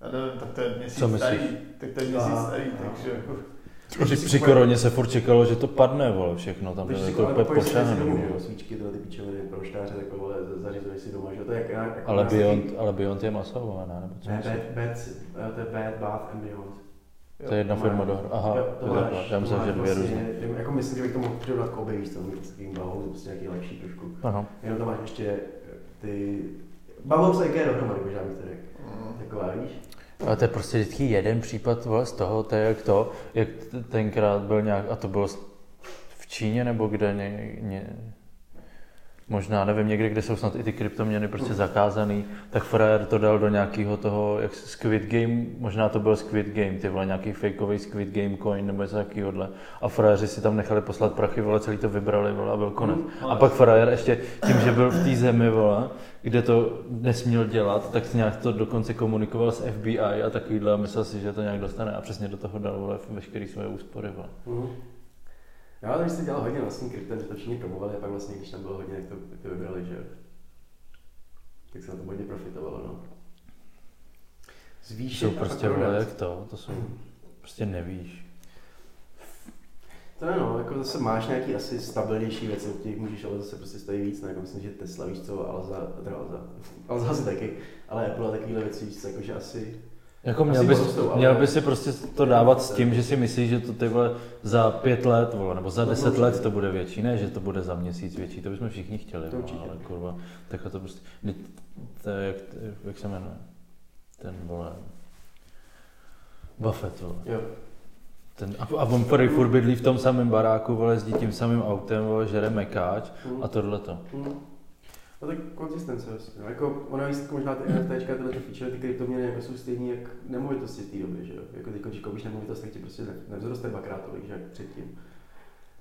S2: Já nevím, tak to je měsíc
S3: Co myslíš?
S2: starý, tak to je měsíc
S1: Aha,
S2: starý,
S1: aha.
S2: takže jako...
S3: Při, při koroně se furt čekalo, že to padne, vole, všechno, tam
S1: Když
S3: bylo
S1: si
S3: to
S1: koupíš
S3: úplně no.
S1: si domů,
S3: pošahaný.
S1: že jo, svíčky, tyhle ty píčoviny, proštáře, takové, zařizuješ si doma, že jo, to je jak, jak
S3: Ale
S1: u nás
S3: Beyond,
S1: taky-
S3: ale Beyond je masová, nebo co?
S1: Ne,
S3: myslíš?
S1: bad, bad, eh, to je Bad Bath and Beyond.
S3: To je jedna
S1: to
S3: firma
S1: máš.
S3: dohromady. Aha,
S1: Jo,
S3: to je takhle. Já myslím,
S1: máš
S3: že dvě
S1: vlastně-
S3: různé.
S1: Jako myslím, že bych to mohl přirovnat k obě, víš co, s takovým bahou, prostě nějaký lepší trošku.
S3: Ano.
S1: Jenom tam máš ještě eh, ty... Bavou se IKEA dohromady, možná bych to řekl. Taková, víš?
S3: Ale to je prostě vždycky jeden případ vole, z toho, to je jak to, jak t- tenkrát byl nějak, a to bylo s- v Číně nebo kde, ně, ně, možná, nevím, někde, kde jsou snad i ty kryptoměny prostě zakázaný, tak frajer to dal do nějakého toho, jak se- Squid Game, možná to byl Squid Game, ty vole, nějaký fakeový Squid Game coin nebo něco takovéhohle. A frajeři si tam nechali poslat prachy, vole, celý to vybrali, vole, a byl konec. A pak frajer ještě tím, že byl v té zemi, vole, kde to nesměl dělat, tak nějak to dokonce komunikoval s FBI a takovýhle a myslel si, že to nějak dostane a přesně do toho dal vole, veškerý svoje úspory. Vole.
S1: Mhm. Já ale jste dělal hodně vlastní kryptem, že to všichni promovali a pak vlastně, když tam bylo hodně, tak to, tak to vybrali, že jo. Tak se na to hodně profitovalo, no. Zvýšit
S3: Jsou
S1: a
S3: prostě
S1: pak prodat. Mhm.
S3: vole, jak to, to jsou, prostě nevíš.
S1: To ne, no, jako zase máš nějaký asi stabilnější věci, od těch můžeš, ale zase prostě stojí víc, ne? Jako myslím, že Tesla, víš co, Alza, teda Alza, Alza asi taky, ale Apple a takovýhle věci, víš co, jakože asi,
S3: Jako
S1: Asi
S3: měl bys,
S1: porostou, ale-
S3: měl bys si prostě to dávat s tím, že si myslíš, že to ty vole za pět let, vole, nebo za
S1: No,
S3: deset
S1: určitě.
S3: let to bude větší, ne, že to bude za měsíc větší, to bychom všichni chtěli,
S1: To
S3: vole,
S1: určitě.
S3: ale kurva, takhle to prostě, kdy- to je jak, jak se jmenuje, ten vole, Buffett, vole.
S1: jo.
S3: Ten, a, a on prý furt bydlí v tom samém baráku, vole, jezdí tím samým autem, vole, žere mekáč
S1: Hm.
S3: a tohle to.
S1: Hm. No tak konzistence, vlastně. No, jako ono víc, možná ty NFTčka, tyhle ty feature, ty kryptoměny jako jsou stejný jak nemovitosti v té době, že jo? Jako teď, když koupíš nemovitost, tak ti prostě ne- nevzroste dvakrát tolik, že jak předtím.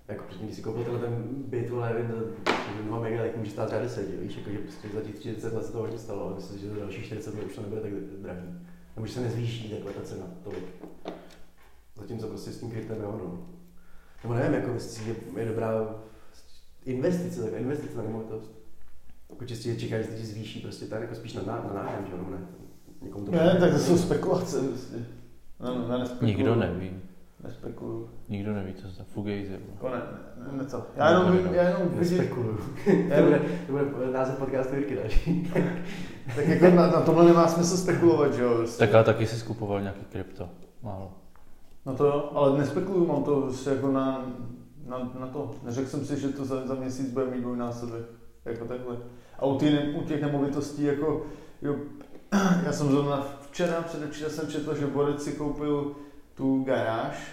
S1: Jako předtím, když si koupil tenhle ten byt, vole, nevím, za 2 mega, tak může stát třeba 10, že víš? Jako, že prostě za těch 40 let se to hodně stalo, ale myslím si, že za dalších 40 let už to nebude tak drahý. Nebo že se nezvýší takhle ta cena tolik. Zatímco prostě s tím kryptem jo, no. Nebo nevím, jako myslím, si, že je dobrá investice, tak investice na nemovitost. Jako čistě čekáš, že se ti zvýší prostě tady, jako spíš na, ná- na nájem, že jo, nebo ne? Někomu to
S2: Ne, tak to jsou spekulace prostě. Ne, ne, nespekuluju.
S3: Nikdo neví,
S2: Nespekuluju.
S3: nikdo neví, co se Fugazi, vole.
S2: Jako ne, ne, ne, co. Já jenom, vím- já jenom vidím,
S1: Nespekuluju. to, bude, to bude název podcastu Jirky další.
S2: tak jako na, na tomhle nemá smysl spekulovat, že jo. prostě.
S3: Tak ale taky si skupoval nějaký krypto, málo.
S2: No to jo, ale nespekuluju, mám to prostě jako na, na, na to. Neřekl jsem si, že to za, za měsíc bude mít dvojnásobek, jako takhle. A u, tý, u těch nemovitostí, jako, jo, já jsem zrovna včera, předevčera jsem četl, že Borec si koupil tu garáž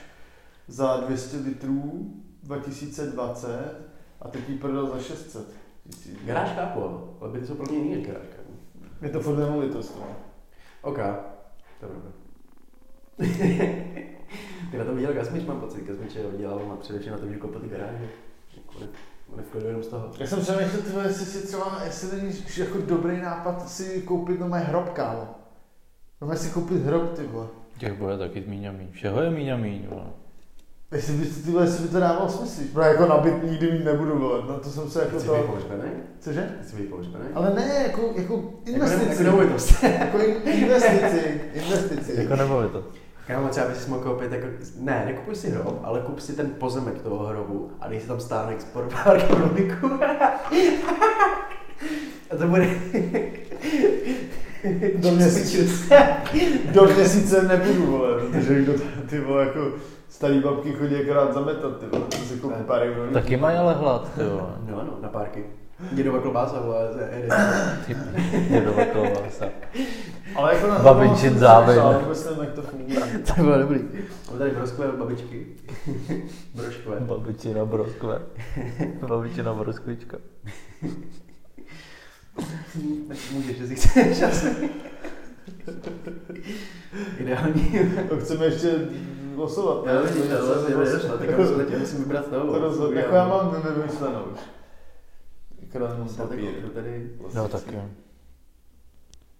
S2: za 200 litrů 2020 a teď ji prodal za 600 tisíc.
S1: Garáž chápu, ale byty jsou pro mě jiný než garáž chápu.
S2: Je to furt nemovitost, no.
S1: OK. To je dobré. Ty na to viděl Gazmič, mám pocit. Gazmič je dělal a především na tom, že koupil ty garáže. Jako ne- On je v klidu jenom z toho.
S2: Já jsem přemýšlel, tyhle, jestli si třeba, jestli to není jako dobrý nápad si koupit no hrob, kámo. No si koupit hrob, ty vole.
S3: Těch bude taky míň a míň. Všeho je míň a míň, vole.
S2: Jestli by, ty vole, jestli by to dávalo smysl, protože jako nabit nikdy mít nebudu, vole. No to jsem se jako
S1: Chci být
S2: to...
S1: pohřbený?
S2: Cože?
S1: Chci být pohřbený?
S2: Ale ne, jako, jako
S1: Jako
S2: investici.
S1: nemovitost.
S2: Jako in- investici, investici.
S3: Jako nebylo to.
S1: Kámo, třeba bys mohl koupit jako... Ne, nekupuj si hrob, ale kup si ten pozemek toho hrobu a dej si tam stánek z porvár kroniku. A to bude...
S2: Do měsíce. Do měsíce nebudu, vole, protože kdo t- ty vole, jako starý babky chodí akorát zametat, ty vole, to si koupí pár euro.
S3: Taky mají ale hlad, ty vole.
S1: No ano, na párky. Dědova klobása, vole, ze Edy.
S3: Ty dědova klobása.
S2: Ale jako na
S3: Babinčin
S2: jsem
S3: záběr.
S2: přemýšlel, ale vůbec nevím, jak to funguje.
S1: To bylo dobrý. Mám tady broskové babičky. broškové.
S3: Babičina broskve. Babičina broskvička.
S1: Tak Můžeš, jestli chceš asi. Ideální.
S2: To chceme ještě losovat.
S1: Já vidím, že to je
S2: to
S1: došlo, tak já musím- já musím vybrat novou.
S2: To rozhodně. Jako já mám nevymyšlenou už. Akorát mám
S1: Jsem takový,
S2: papír.
S1: kdo tady vlastně
S3: No
S1: si-
S3: tak jo.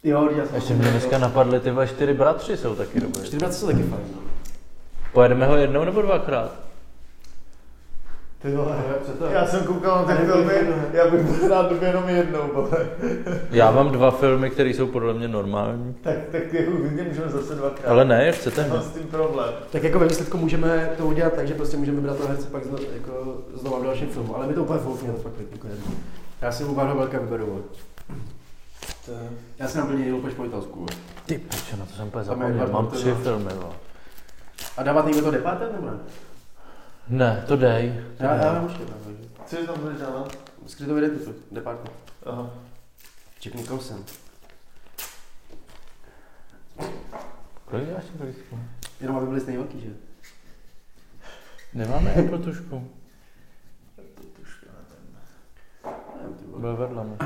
S1: Jo, já jsem...
S3: Ještě mě dneska napadly ty vole čtyři bratři jsou taky dobré.
S1: 40 jsou taky fajn, no.
S3: Pojedeme ho jednou nebo dvakrát?
S2: Ty vole.
S1: Přeto...
S2: Já jsem koukal na
S1: Ale
S2: ty
S1: to
S2: filmy,
S1: je jedno.
S2: já bych byl rád době jenom jednou, vole.
S3: Já mám dva filmy, které jsou podle mě normální.
S2: Tak, tak jako klidně můžeme zase dvakrát.
S3: Ale ne, chcete
S2: Mám s tím problém.
S1: Tak jako ve výsledku můžeme to udělat tak, že prostě můžeme brát toho herce pak zno, jako znovu v dalším filmu, ale mi to úplně foufně, to fakt jako jedno. Já si u Barho velká vyberu. vole. Já jsem naplně jel po Španělsku. vole.
S3: Ty piče, na to jsem úplně
S1: Tam je
S3: zapomněl.
S1: dva
S3: Mám
S1: bratry,
S3: tři
S1: no.
S3: filmy, vole.
S1: A dávat někdo to depáté nebo ne?
S3: Ne, to dej. To
S1: Já, já
S3: dej.
S1: mám ještě tam, takže.
S2: Co je tam budeš dávat?
S1: Skryto vyjde tu, depáté.
S2: Aha.
S1: Jack Nicholson.
S3: Kolik děláš tu blízku?
S1: Jenom aby byli stejně velký, že? jo?
S3: Nemáme Apple tušku.
S1: Nevím, ty vole.
S3: Byl vedle mě.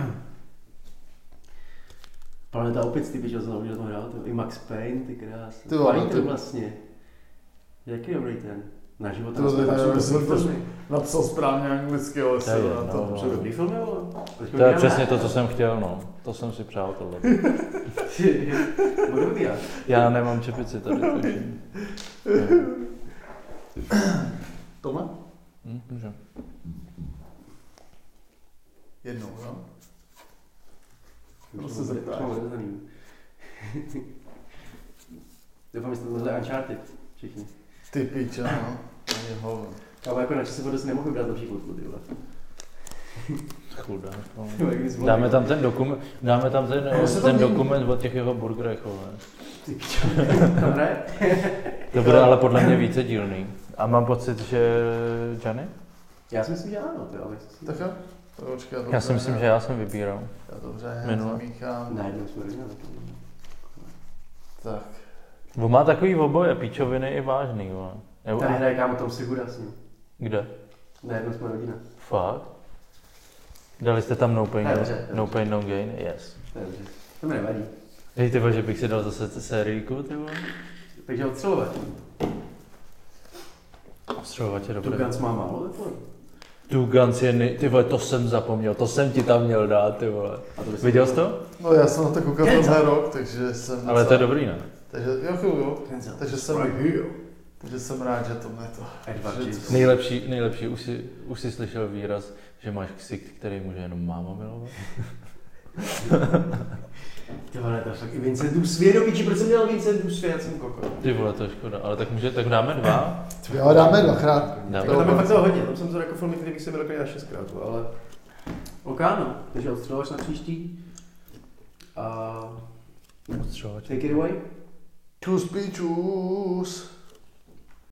S1: Planeta opět ty že znovu, že to hrál, ty- i Max Payne, ty krásný.
S2: Ty vole,
S1: Paddington
S2: ty-
S1: vlastně. Jaký dobrý ten? Na život
S2: Ty vole, to je
S1: absolutní
S2: dobrý
S1: filmy.
S2: Napsal správně anglicky, ale
S3: To je
S2: se na
S3: jedno,
S2: to.
S3: no.
S1: Jsou dobrý filmy, vole.
S3: To je přesně to, co jsem chtěl, no. To jsem si přál tohle.
S1: Budu vybírat.
S3: Já nemám čepici tady, takže...
S2: Tome?
S3: Hm? Můžem.
S2: Jednou, no?
S1: Už
S2: se
S1: mám-
S2: zeptáš.
S1: už mám odevzdaný. Doufám, že jste tohle Uncharted všichni.
S2: Ty piče, no. To je hovno.
S1: Ale jako na se dost nemohu brát lepší fotku, ty vole.
S3: Chudá. no.
S1: Ty vole, jak bys volal,
S3: Dáme
S1: jako-
S3: tam ten dokument, dáme tam ten,
S2: No, se to
S3: ten
S2: mění.
S3: dokument o těch jeho burgerech, vole.
S1: Ty pičo, tam hraje?
S3: To bude ale podle mě více dílný. A mám pocit, že... Johnny?
S1: Já si myslím, že ano, ty, ale chci si-
S2: Tak jo. To počkej, to
S3: Já si
S2: dobře
S3: myslím, že já jsem vybíral.
S2: Já dobře,
S3: Minule.
S2: zamíchám.
S1: Najednou jsme rozuměli.
S2: Tak.
S3: On má takový oboje, píčoviny i vážný, vole. Nebo,
S1: Tady hraje kámo Tom Segura s ním.
S3: kde?
S1: Najednou jsme rodina.
S3: Fakt? Dali jste tam no pain,
S1: Ne,
S3: no,
S1: dobře,
S3: no, pain, no gain? Yes.
S1: To je dobře. To mi nevadí.
S3: Hej, ty vole, že bych si dal zase sériíku, ty vole.
S1: Takže odstřelovat.
S3: Ostřelovat je
S1: Two
S3: dobré.
S1: Guns má málo telefon.
S3: Two Guns je, nej- ty vole, to jsem zapomněl, to jsem ti tam měl dát, ty vole.
S1: A to by se-
S3: Viděl jsi to?
S2: No já jsem na to koukal tenhle rok, takže jsem...
S3: Ale to je
S2: docela-
S3: dobrý, ne?
S2: Takže jo, jo, jo.
S1: Denzel.
S2: Takže jsem... Takže jsem rád, že to mě to...
S1: Edward James.
S3: Nejlepší, nejlepší, už si, už si slyšel výraz, že máš ksikt, který může jenom máma milovat.
S1: Ty vole, to je fakt i Vincentův svět, do piči, proč jsem dělal Vincentův svět, já jsem koko.
S3: Ty vole, to je škoda, ale tak může, tak dáme dva.
S2: Jo, dáme dvakrát.
S3: Dáme.
S1: Tak tam je fakt toho hodně, tam jsem to jako filmy, který jsem byl na šestkrát, ale... Ok, no, takže odstřeluješ na příští. A...
S3: Ostřelovat.
S1: Take it away.
S2: Čus, pičus.